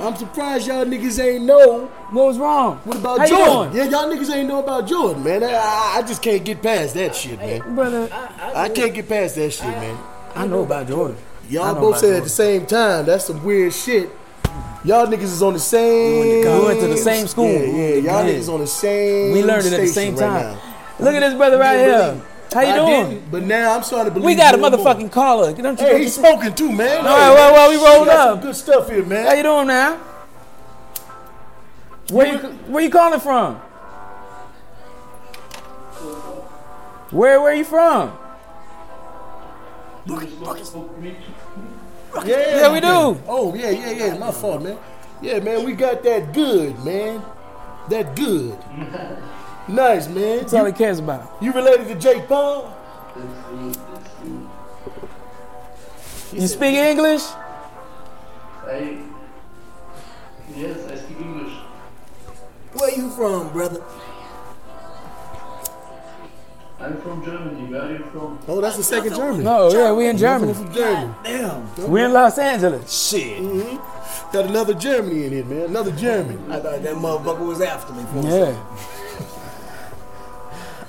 I'm surprised y'all niggas ain't know
What was wrong?
what about
How
Jordan.
You doing?
Yeah, y'all niggas ain't know about Jordan, man. I, I, I just can't get past that shit, man.
Brother,
I can't get past that shit, man.
I know about Jordan. I
Y'all
know
both
about
said at
Jordan.
the same time. That's some weird shit. Y'all niggas is on the same.
We went to the same school.
Yeah, yeah. Y'all
Yeah.
niggas on the same.
We learned it at the same
station right
time.
now.
Look at this brother right
didn't
here. How you
I
doing?
didn't, but now I'm starting to believe.
We got a
more and more.
motherfucking caller. Don't you?
Hey, he's smoking too, man.
All right, well, well, we rolled
got some
up.
Good stuff here, man.
How you doing now? Where you, where you calling from? Where where you from?
Yeah,
Yeah, we
man.
do.
Oh, yeah, yeah, yeah. My fault, man. Yeah, man, we got that good, man. That good. Nice, man.
That's all he
You,
cares about.
you related to Jake Paul?
You speak English?
Where you from, brother?
Oh, that's the second German.
No, yeah, we in Germany.
From Germany.
Damn.
We in Los Angeles.
Shit.
Mm-hmm. Got another Germany in here, man. Another German.
I thought that motherfucker was after me for a second.
Yeah.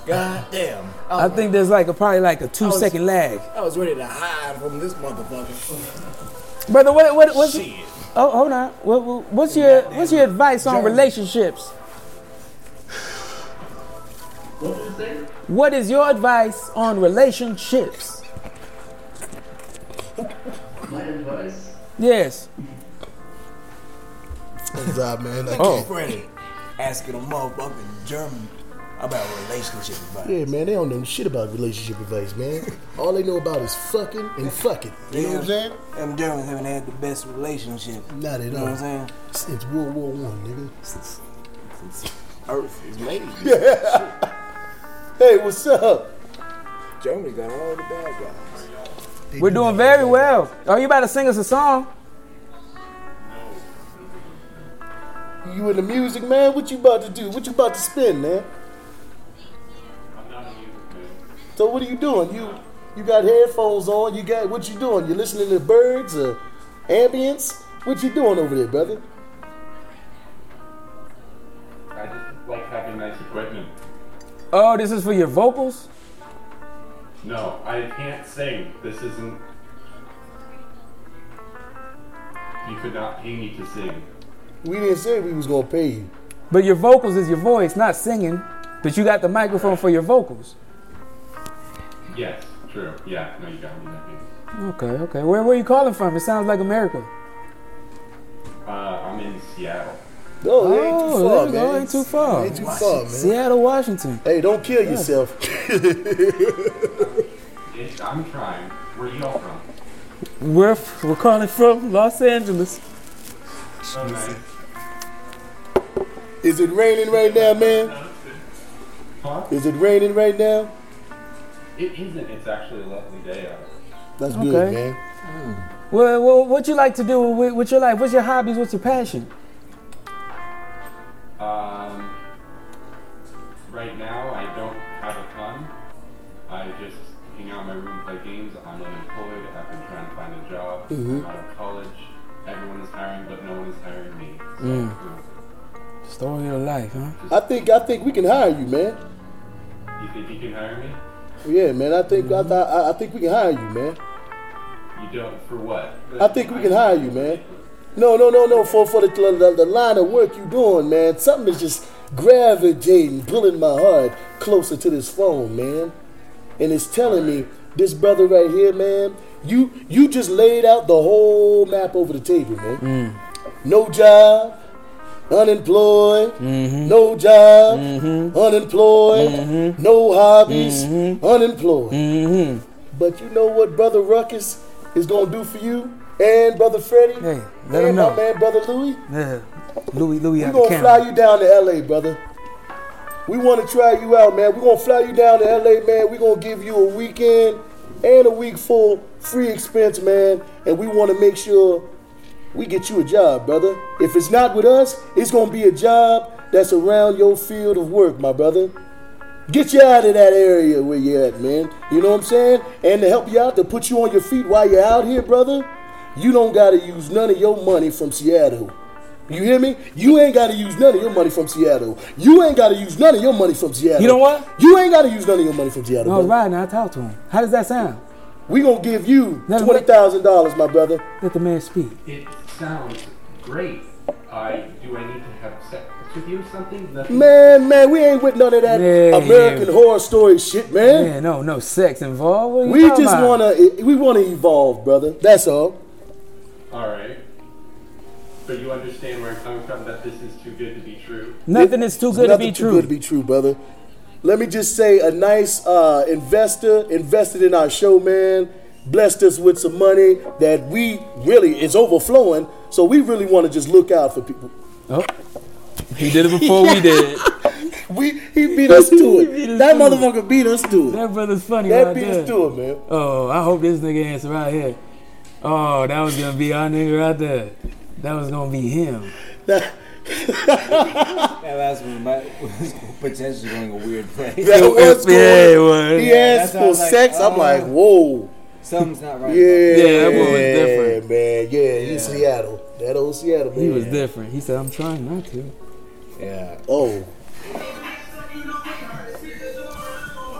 God damn.
I think there's like a probably like a two
was-
second lag.
I was ready to hide from this motherfucker.
Brother, what what what's
Shit.
Oh, hold on. What, what- what's your what's your advice on
German.
relationships? What is your advice on relationships? Yes.
What's up, man? Like,
Oh.
Freddie asking a motherfucking German about relationship advice.
Yeah, man, they don't know shit about relationship advice, man. All they know about is fucking and fucking. You know what I'm saying?
Them Germans haven't had the best relationship.
Not at
You know what I'm
all.
saying?
Since World War One, nigga.
Earth is made.
Hey, what's up?
Germany got all the bad guys.
We're doing very well. Are you about to sing us a song?
You in the music, man? What you about to do? What you about to spin, man? So what are you doing? You you got headphones on? You got what you doing? You listening to birds or ambience? What you doing over there, brother?
I just like having nice equipment.
Oh, this is for your vocals?
No, I can't sing. This isn't. You could not pay me to sing.
We didn't say we was gonna pay you.
But your vocals is your voice, not singing. But you got the microphone for your vocals.
Yes, true. Yeah, no, you got me. That means.
Okay, okay. Where where you calling from? It sounds like America.
Uh, I'm in Seattle.
No, it ain't too
Oh, there
far,
you go.
man.
Ain't too far.
Ain't too far, man.
Seattle, Washington.
Hey, don't kill yourself.
It's, I'm trying. Where you all from?
We're f- we're calling from Los Angeles.
So nice.
Is it raining right now, man?
Huh?
Is it raining right now?
It isn't. It's actually a lovely day out.
That's
Okay.
good, man.
Well, well, what you like to do with, with your life? What's your hobbies? What's your passion?
Um, right now, I don't have a ton. I just hang out in my room, play games. I'm unemployed. I've been trying to find a job. I'm out of college. Everyone is hiring, but no one is hiring me. So,
Story of life, huh?
I think I think we can hire you, man.
you, know, you think you can hire me?
Yeah, man. I think I, I, I think we can hire you, man.
You don't for what?
I think we can hire you, man. No, no, no, no. For for the the, the line of work you doing, man. Something is just gravitating, pulling my heart closer to this phone, man. And it's telling me this brother right here, man. You you just laid out the whole map over the table, man.
Mm.
No job, unemployed.
Mm-hmm.
No job, unemployed. No hobbies,
Mm-hmm.
unemployed. But you know what Brother Ruckus is gonna do for you and Brother Freddie?
Hey, let
and
him
my
know.
man Brother Louie.
Yeah. Louis, Louis
We're
out the
gonna fly
camera.
you down to LA, brother. We wanna try you out, man. We're gonna fly you down to LA, man. We're gonna give you a weekend and a week full free expense, man. And we wanna make sure we get you a job, brother. If it's not with us, it's gonna be a job that's around your field of work, my brother. Get you out of that area where you at, man. You know what I'm saying? And to help you out, to put you on your feet while you're out here, brother, you don't gotta use none of your money from Seattle. You hear me? You ain't gotta use none of your money from Seattle. You ain't gotta use none of your money from Seattle.
You know what?
You ain't gotta use none of your money from Seattle.
No,
brother.
right now, I talk to him. How does that sound?
We gonna give you
Let him-
twenty thousand dollars, my brother.
Let the man speak.
It sounds great. I do. I need to have sex with you or something? Nothing.
Man, man, we ain't with none of that
Man.
American horror story shit, man.
Yeah, no, no sex involved. What are you
We
talking
just
about?
wanna eh, we wanna evolve, brother. That's all.
All right. But you understand where I'm coming from. That this is too good to be true.
Nothing is too good to
Nothing
be
too
true.
good to be true, brother. Let me just say, a nice uh, investor invested in our show, man. Blessed us with some money that we really is overflowing. So we really want to just look out for people.
He did it before we did.
We he beat us to
He beat
it.
us
That
to it.
motherfucker beat us to it.
That brother's funny
That
right
beat
there.
us to it, man.
Oh, I hope this nigga answer right here. Oh, that was gonna be our nigga right there. That was gonna be him.
That last one might, was potentially going a weird place.
That was
Yeah, it
good.
was.
He asked
That's why I
for
was like,
sex. I'm
oh.
like, whoa.
Something's not right.
Yeah,
Yeah, that one was different.
man. Yeah, he's Seattle. That old Seattle man.
He was different. He said, I'm trying not to.
Yeah. Oh.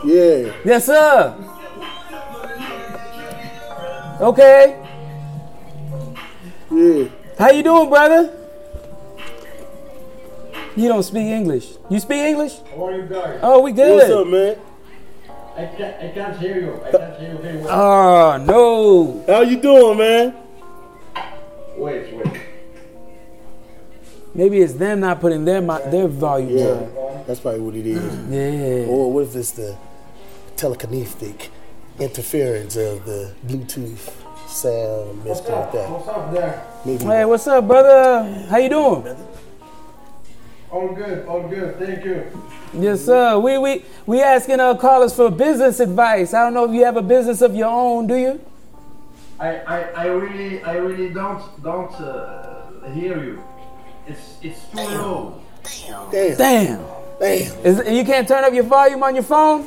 Yeah.
Yes, sir. Okay.
Yeah.
How you doing, brother? You don't speak English. You speak English?
How are you guys?
Oh, we good.
What's up, man?
I can't, I can't hear you. I can't hear you very well.
Oh, no.
How you doing, man?
Wait, wait.
Maybe it's them not putting their mi- their volume
Yeah.
down.
That's probably what it is.
Yeah.
Or what if it's the telekinetic interference of the Bluetooth sound messed like that?
What's up there?
Maybe.
Hey, what's up, brother? How you doing?
All good, all good. Thank you.
Yes, sir. We we we asking our callers for business advice. I don't know if you have a business of your own. Do you?
I, I, I really I really don't don't uh, hear you. It's it's too low.
Damn.
Damn.
Damn.
Is, you can't turn up your volume on your phone?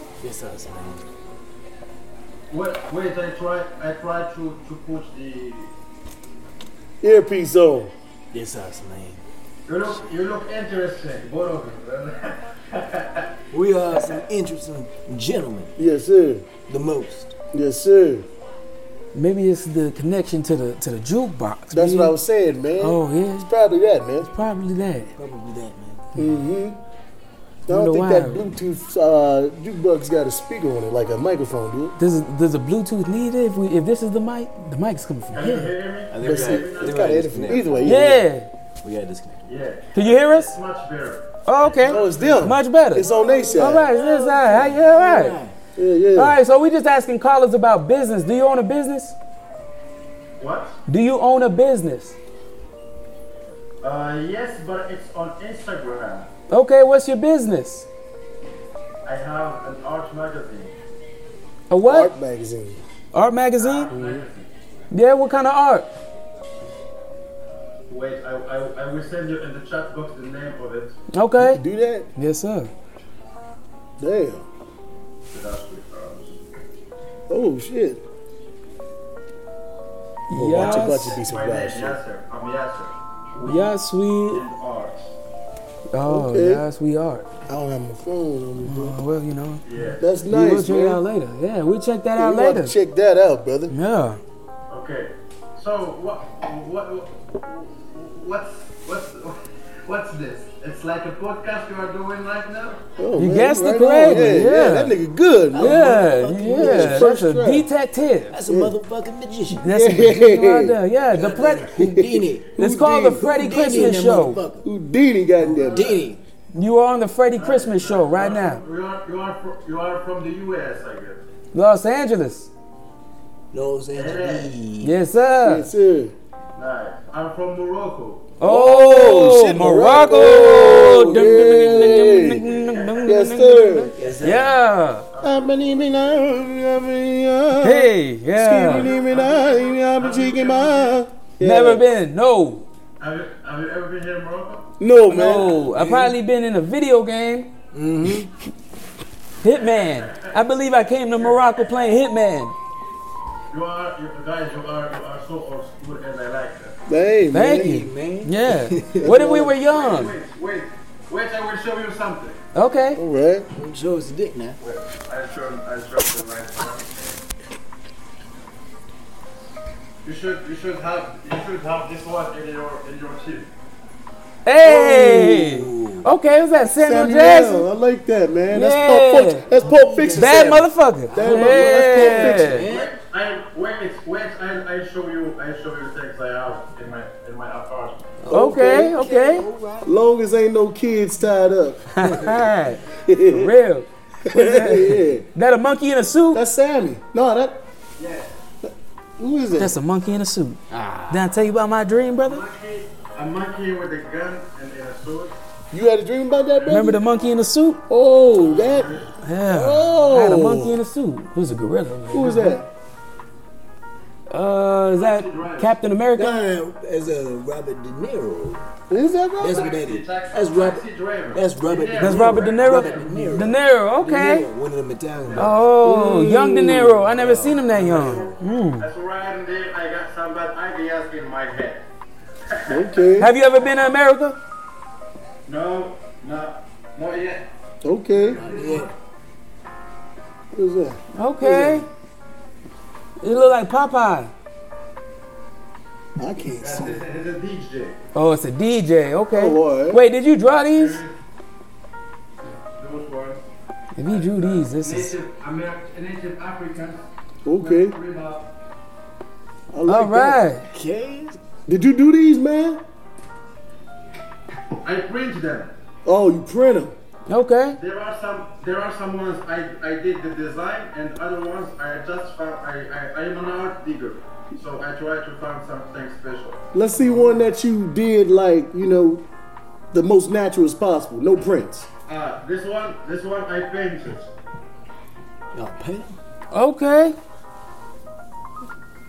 Wait, wait I try I try to, to put the
Earpiece on.
This us, man.
you look you look interesting, both of
We are some interesting gentlemen.
Yes, sir.
The most.
Yes, sir.
Maybe it's the connection to the to the jukebox.
That's
man.
what I was saying, man.
Mm. Oh
It's
yeah,
probably that, man.
probably that.
Probably that, man.
Mm-hmm. I
Wonder
don't think
why.
that Bluetooth uh, jukebox got a speaker on it, like a microphone, dude.
Does it- does a Bluetooth need it? If we if this is the mic, the mic's coming from here.
I
But
think
see,
we gotta, I
it's
think we
got
gotta
editing.
disconnect.
Either way,
Yeah.
We gotta disconnect.
you. Yeah,
Can you hear us?
much better.
Oh, okay.
Oh, it's them.
Much better.
It's on their side.
All right, this side. Yeah, all right.
Yeah, yeah.
All right. So we just asking callers about business. Do you own a business?
What?
Do you own a business?
Uh, yes, but it's on Instagram.
Okay. What's your business?
I have an art magazine.
A what?
Art magazine.
Art magazine? Yeah. What kind of art?
Wait, I, I, I will send you in the chat box the name of it.
Okay.
Do that?
Yes, sir.
Damn. Oh shit. Oh, watch your watch your
Yes.
be
My name is
surprised. shit.
Yasser. I'm Yasser.
Yes, we.
In art.
Oh,
Okay.
yes, we are.
I don't have my phone on me, bro.
Oh, well, you know,
Yeah.
That's
we'll
nice,
check it out
man.
later. Yeah, we'll check that
You
out
got
later.
to check that out, brother.
Yeah.
Okay. So Oh, what what what's what's what's this? It's like a podcast you are doing right now.
Oh,
You
man,
guessed it
right on.
correctly,
Yeah,
yeah.
that nigga good, man.
Yeah, yeah.
yeah,
That's
first
a
try.
detective.
That's a motherfucking magician.
That's a detective right there. Yeah, the Fred.
Houdini.
It's called the Freddie
Freddy
Christmas Show.
Houdini got that.
Houdini.
You are on the Freddie Christmas Show right now,
You are you are fr- you are from the U.S. I guess.
Los Angeles.
Los Angeles.
Yes, sir.
Yes, sir.
Nice. I'm from Morocco.
Oh,
shit,
Morocco.
Morocco. Yes, sir.
Yeah.
I believe in love, I believe in love.
Hey,
I
yeah.
believe in love, I believe in love. Yeah.
Never been. No.
Have you, have you ever been here in Morocco?
No, man.
No, I probably been in a video game.
Mm-hmm.
Hitman. I believe I came to Morocco playing Hitman.
You are you guys. You are you are so old school, and I like that.
Hey,
Thank
man.
you. Yeah. what if we were young?
Wait, wait, wait! I will show you something.
Okay.
All right.
I'm sure it's a dick now.
Wait, I show I show the right one. You should you should have you should have this one in your in your team.
Hey. Okay, was that Samuel
Samuel,
Jackson?
I like that, man.
Yeah.
That's Pulp Fiction. That's Pulp Fiction.
Bad
Samuel.
motherfucker.
That motherfucker,
Yeah.
Wait, I wait, wait, I, I show you, I show you things I have in my in my apartment.
Okay, okay.
Long as ain't no kids tied up.
Alright. Real.
yeah.
That a monkey in a suit?
That's Sammy. No, that.
Yeah.
Who is that?
That's a monkey in a suit. Did I tell you about my dream, brother?
Monkey, a monkey with a gun and, and a sword.
you had a dream about that, brother?
Remember the monkey in the suit?
Oh, that.
Yeah. I had a
Oh.
monkey in a suit. It was a gorilla.
Who is that?
Uh, is that Captain America?
Nah, That's uh, Robert De Niro.
Is that right?
That's what that is.
Taxi-
That's Robert.
taxi driver.
That's Robert.
That's Robert De Niro.
Robert De Niro.
De Niro,
De
okay.
Niro, One of them Italian. guys.
Oh, young De Niro. I never seen him that young.
That's right. And then I got some bad ideas in my head.
Okay.
Have you ever been to America?
No, not, not yet.
Okay. What is that?
Okay. You look like Popeye.
I can't see.
It's a, it's a DJ.
Oh, it's a DJ. Okay.
Oh, Lord.
Wait, did you draw these?
Those were
If you drew these, this is
native American, native African.
Okay. I like
all
that.
right.
Okay. Did you do these, man?
I print them.
Oh, you print them.
Okay.
There are some. There are some ones I, I did the design, and other ones I just found. I, I I am an art digger, so I try to find something special.
Let's see one that you did like, you know, the most natural as possible. No prints.
Uh, this one, this one I painted.
Y'all pay?
Okay.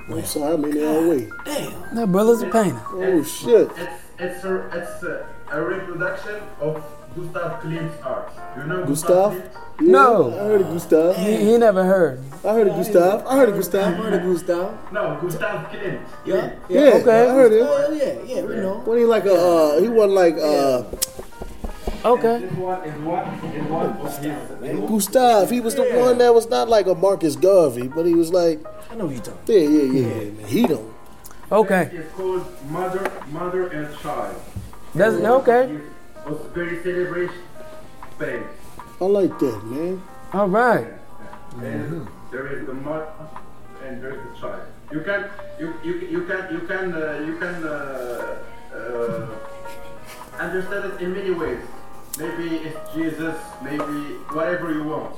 I'm sorry, I'm in the wrong way.
Damn.
That brother's a painter.
Oh shit.
It's it's a it's a, a reproduction of Gustav Klimt's art. You know
Gustav?
Gustav Klimt?
Yeah,
No.
I heard of Gustav.
He, he never heard.
I heard of Gustav. I heard of
I
Gustav.
heard of Gustav.
No, Gustav Klimt.
Yeah.
Yeah,
okay.
I heard it.
Oh, yeah, yeah, we know.
When he like a, uh, he wasn't like uh,
Okay.
This one is one is one of his.
Gustav. He was the one that was not like a Marcus Garvey, but he was like,
I know who you talking
yeah, yeah, yeah, yeah man. He don't.
Okay.
It's called Mother Mother and Child.
That's okay.
It was very celebration Spain.
I like that, man.
All right.
And there is the mud and there is the child. You can you you you can you can uh, you can uh, uh, understand it in many ways. Maybe it's Jesus, maybe whatever you want.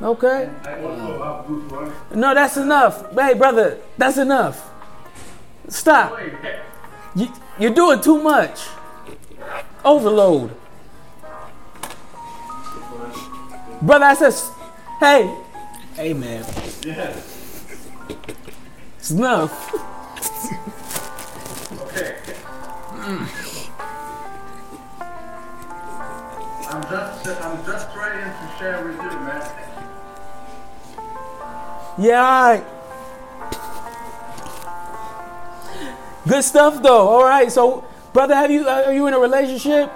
Okay.
I also have good one.
No, that's enough. Hey, brother, that's enough. Stop.
Wait, hey,
You, you're doing too much. Overload. Brother, I said, s- hey,
Hey, man.
it's enough.
okay. I'm just I'm just trying to share with you, man.
Yeah, all right. Good stuff, though. All right. So, brother, have you are you in a relationship?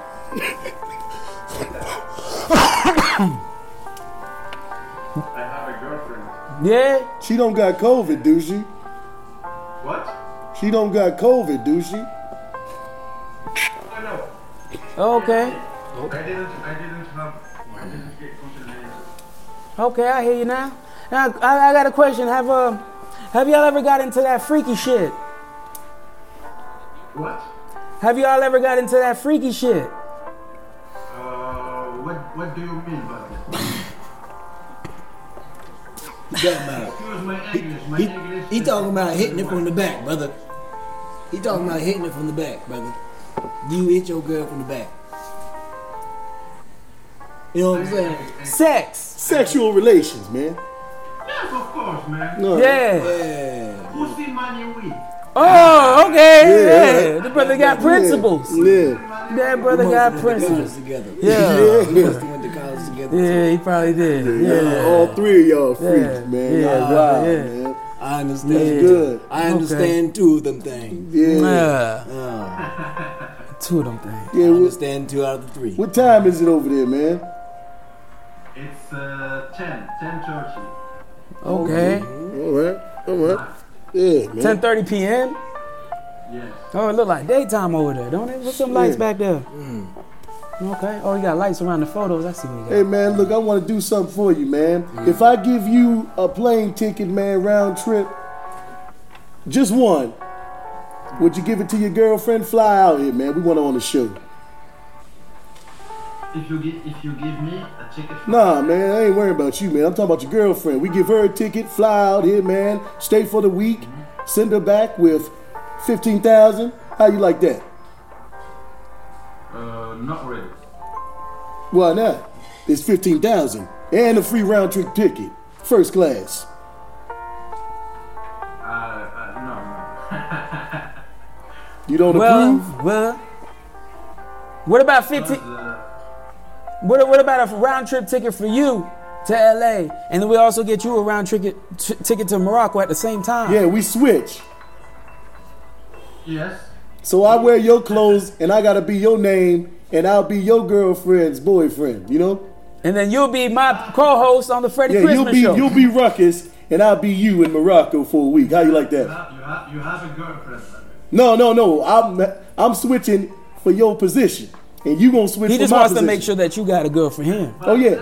I have a girlfriend.
Yeah.
She don't got COVID, do she?
What?
She don't got COVID, do she?
I know.
Okay.
I didn't. I didn't have. I didn't get contaminated.
Okay, I hear you now. Now, I, I got a question. Have um, have y'all ever got into that freaky shit?
What?
Have y'all ever got into that freaky shit?
Uh, what? What do you mean by that? Excuse my English. My English.
He
is-
talking about hitting it from the back, brother. He talking about hitting it from the back, brother. Do you hit your girl from the back? You know what I'm saying?
Sex.
Sexual relations, man.
Yes, of course, man.
No.
Yeah.
Yeah.
Pussy money we.
Oh, okay.
Yeah.
Yeah. The brother got principles.
Yeah.
That brother
Most
got
of them went to college
principles.
together.
Yeah.
Yeah.
Most of them went to college together.
Yeah, he probably did.
Yeah,
Yeah.
All three of y'all freaks,
Yeah. Yeah,
man. Y'all
brother,
wild,
yeah.
man.
I understand.
That's good.
I understand two of them things.
Yeah.
Yeah.
Uh,
Two of them things.
yeah
I
what,
understand two out of the three.
what time is it over there, man?
It's uh 10, 10:30.
Okay.
All right. All right. Yeah, man.
10:30 p.m.
Yes.
Oh, it look like daytime over there, don't it? Put some lights
Yeah.
back there. Okay. Oh, you got lights around the photos. I see what you got.
Hey man, look, I want to do something for you, man. If I give you a plane ticket, man, round trip, just one, would you give it to your girlfriend? Fly out here, man. We want her on the show.
If you give, if you give me a ticket.
Nah, man, I ain't worrying about you, man. I'm talking about your girlfriend. We give her a ticket, fly out here, man. Stay for the week, send her back with fifteen thousand. How you like that?
Uh, not really.
Why not? It's fifteen thousand and a free round trip ticket, first class.
Uh, uh no, no.
You don't approve?
Well, well. What about 15?
Uh,
What, what about a round trip ticket for you to LA? And then we also get you a round ticket t- ticket to Morocco at the same time.
Yeah, we switch.
Yes.
So I wear your clothes and I gotta be your name and I'll be your girlfriend's boyfriend, you know?
And then you'll be my co-host on the Freddie
Yeah, you'll
Christmas
be
show.
you'll be ruckus and I'll be you in Morocco for a week. How you like that?
You have, you have a girlfriend.
No, no, no. I'm I'm switching for your position. And you gonna switch
he
for
just
my
wants
position.
to make sure that you got a girl for him.
Oh yeah.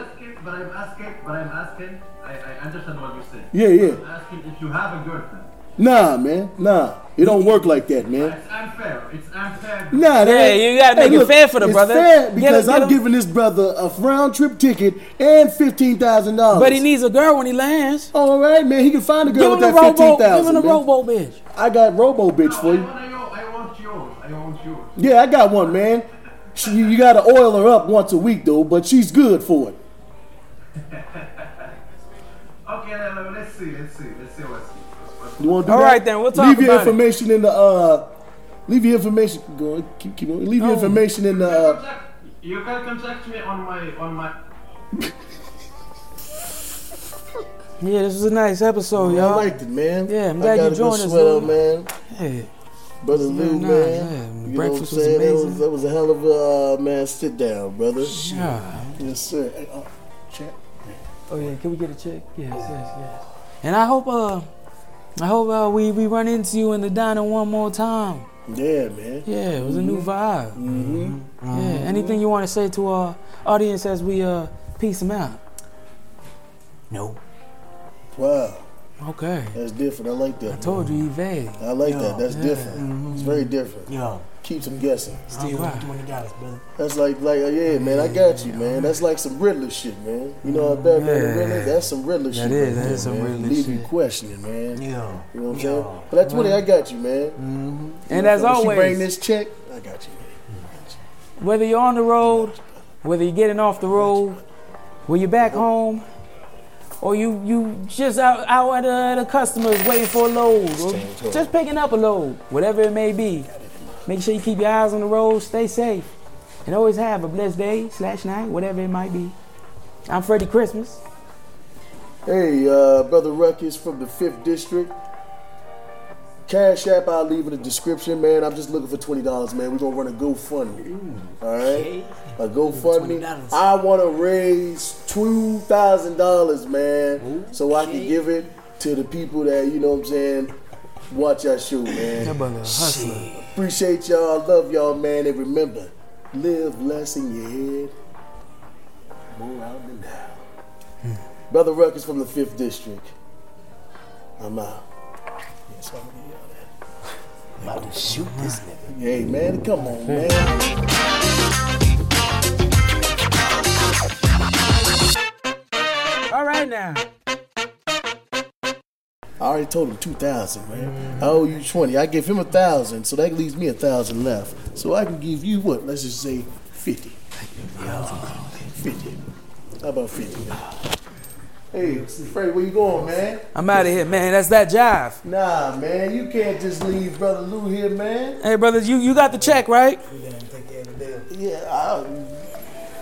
But I'm asking, but I'm asking, I, I understand what you say.
Yeah, yeah.
Asking if you have a girlfriend.
Nah, man. Nah. It don't work like that, man.
It's unfair. It's unfair.
Nah, that
Yeah,
ain't-
you gotta make it fair for the
it's
brother.
fair
Get
because
him-
I'm
get him-
giving this brother a round trip ticket and fifteen thousand dollars.
But he needs a girl when he lands.
All right, man. He can find a
Give
girl
him
with
the
that
robo.
fifteen
Give him the
thousand.
robo, bitch.
I got Robo bitch for you.
I, want- I want yours. I want yours.
Yeah, I got one, man. She, you you gotta oil her up once a week though, but she's good for it.
Okay, let- let- let's see. Let's see. Let's see what's. what's-
You want to do
All
that?
right, then, we'll talk
Leave your
about it.
information in the. uh Leave your information. Go on, keep, keep going. Leave
Oh.
your information in the. Uh,
Contact- You can contact me on my on my.
Yeah, this was a nice episode,
I
y'all.
liked it, man.
Yeah, I'm
I
glad you
got a good
joined us,
sweat up,
Lou.
man.
Yeah.
Brother Lou,
nice,
man.
yeah.
You know what I'm
Breakfast was
saying? That
amazing.
was, that was a hell of a uh, man. Sit down, brother.
Ah.
yes, sir. Hey, uh, chat.
Oh yeah, can we get a check? Yes, yes, yes. And I hope uh I hope uh, we, we run into you in the diner one more time.
Yeah, man.
Yeah, it was a new vibe. Yeah. Anything you want to say to our audience as we uh peace them out? No.
Wow,
Okay.
that's different. I like that. man.
Told Mm-hmm. you he vague.
I like that. That's different. It's very different.
Yo,
Keeps them guessing.
Steve,
Alright.
$20, brother.
That's like, like, uh, yeah, man, I got you, man. That's like some Riddler shit, man. You know how Batman and Riddler? That's some Riddler
is,
shit. right
that
there,
is some
man.
Riddler
Leave you
shit.
questioning, man.
Yo.
You know what I'm
Yo.
saying? But that's 20, I got you, man.
Mm. And as
When she bring
always,
this check, I got you, man.
whether you're on the road, whether you're getting off the road, whether you're back home, or you you just out, out at uh, the customers waiting for a load, or just picking up a load, whatever it may be. Make sure you keep your eyes on the road, stay safe, and always have a blessed day slash night, whatever it might be. I'm Freddie Christmas.
Hey, uh, Brother Ruckus from the 5th District. Cash App, I'll leave in the description, man. I'm just looking for $20, man. We're going to run a GoFundMe. All right? A GoFundMe.
$20.
I want to raise $2,000, man, so I can give it to the people that, you know what I'm saying, watch our show, man. Appreciate y'all. Love y'all, man. And remember, live less in your head, more out than down. Brother Ruckus from the 5th District. I'm out. Yes, I'm gonna yell
I'm about to shoot this nigga.
that. Hey, man, come on, man.
All right now.
I already told him 2,000, man. I owe you 20. I give him a 1,000, so that leaves me a 1,000 left. So I can give you what? Let's just say 50. 50. How about 50? Hey, Fred, where you going, man?
I'm out of here, man. That's that jive.
Nah, man, you can't just leave Brother Lou here, man.
Hey, brothers, you, you got the check, right?
Yeah, I,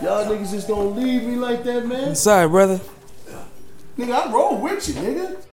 y'all niggas just don't leave me like that, man.
Sorry, brother.
Nigga, I roll with you, nigga.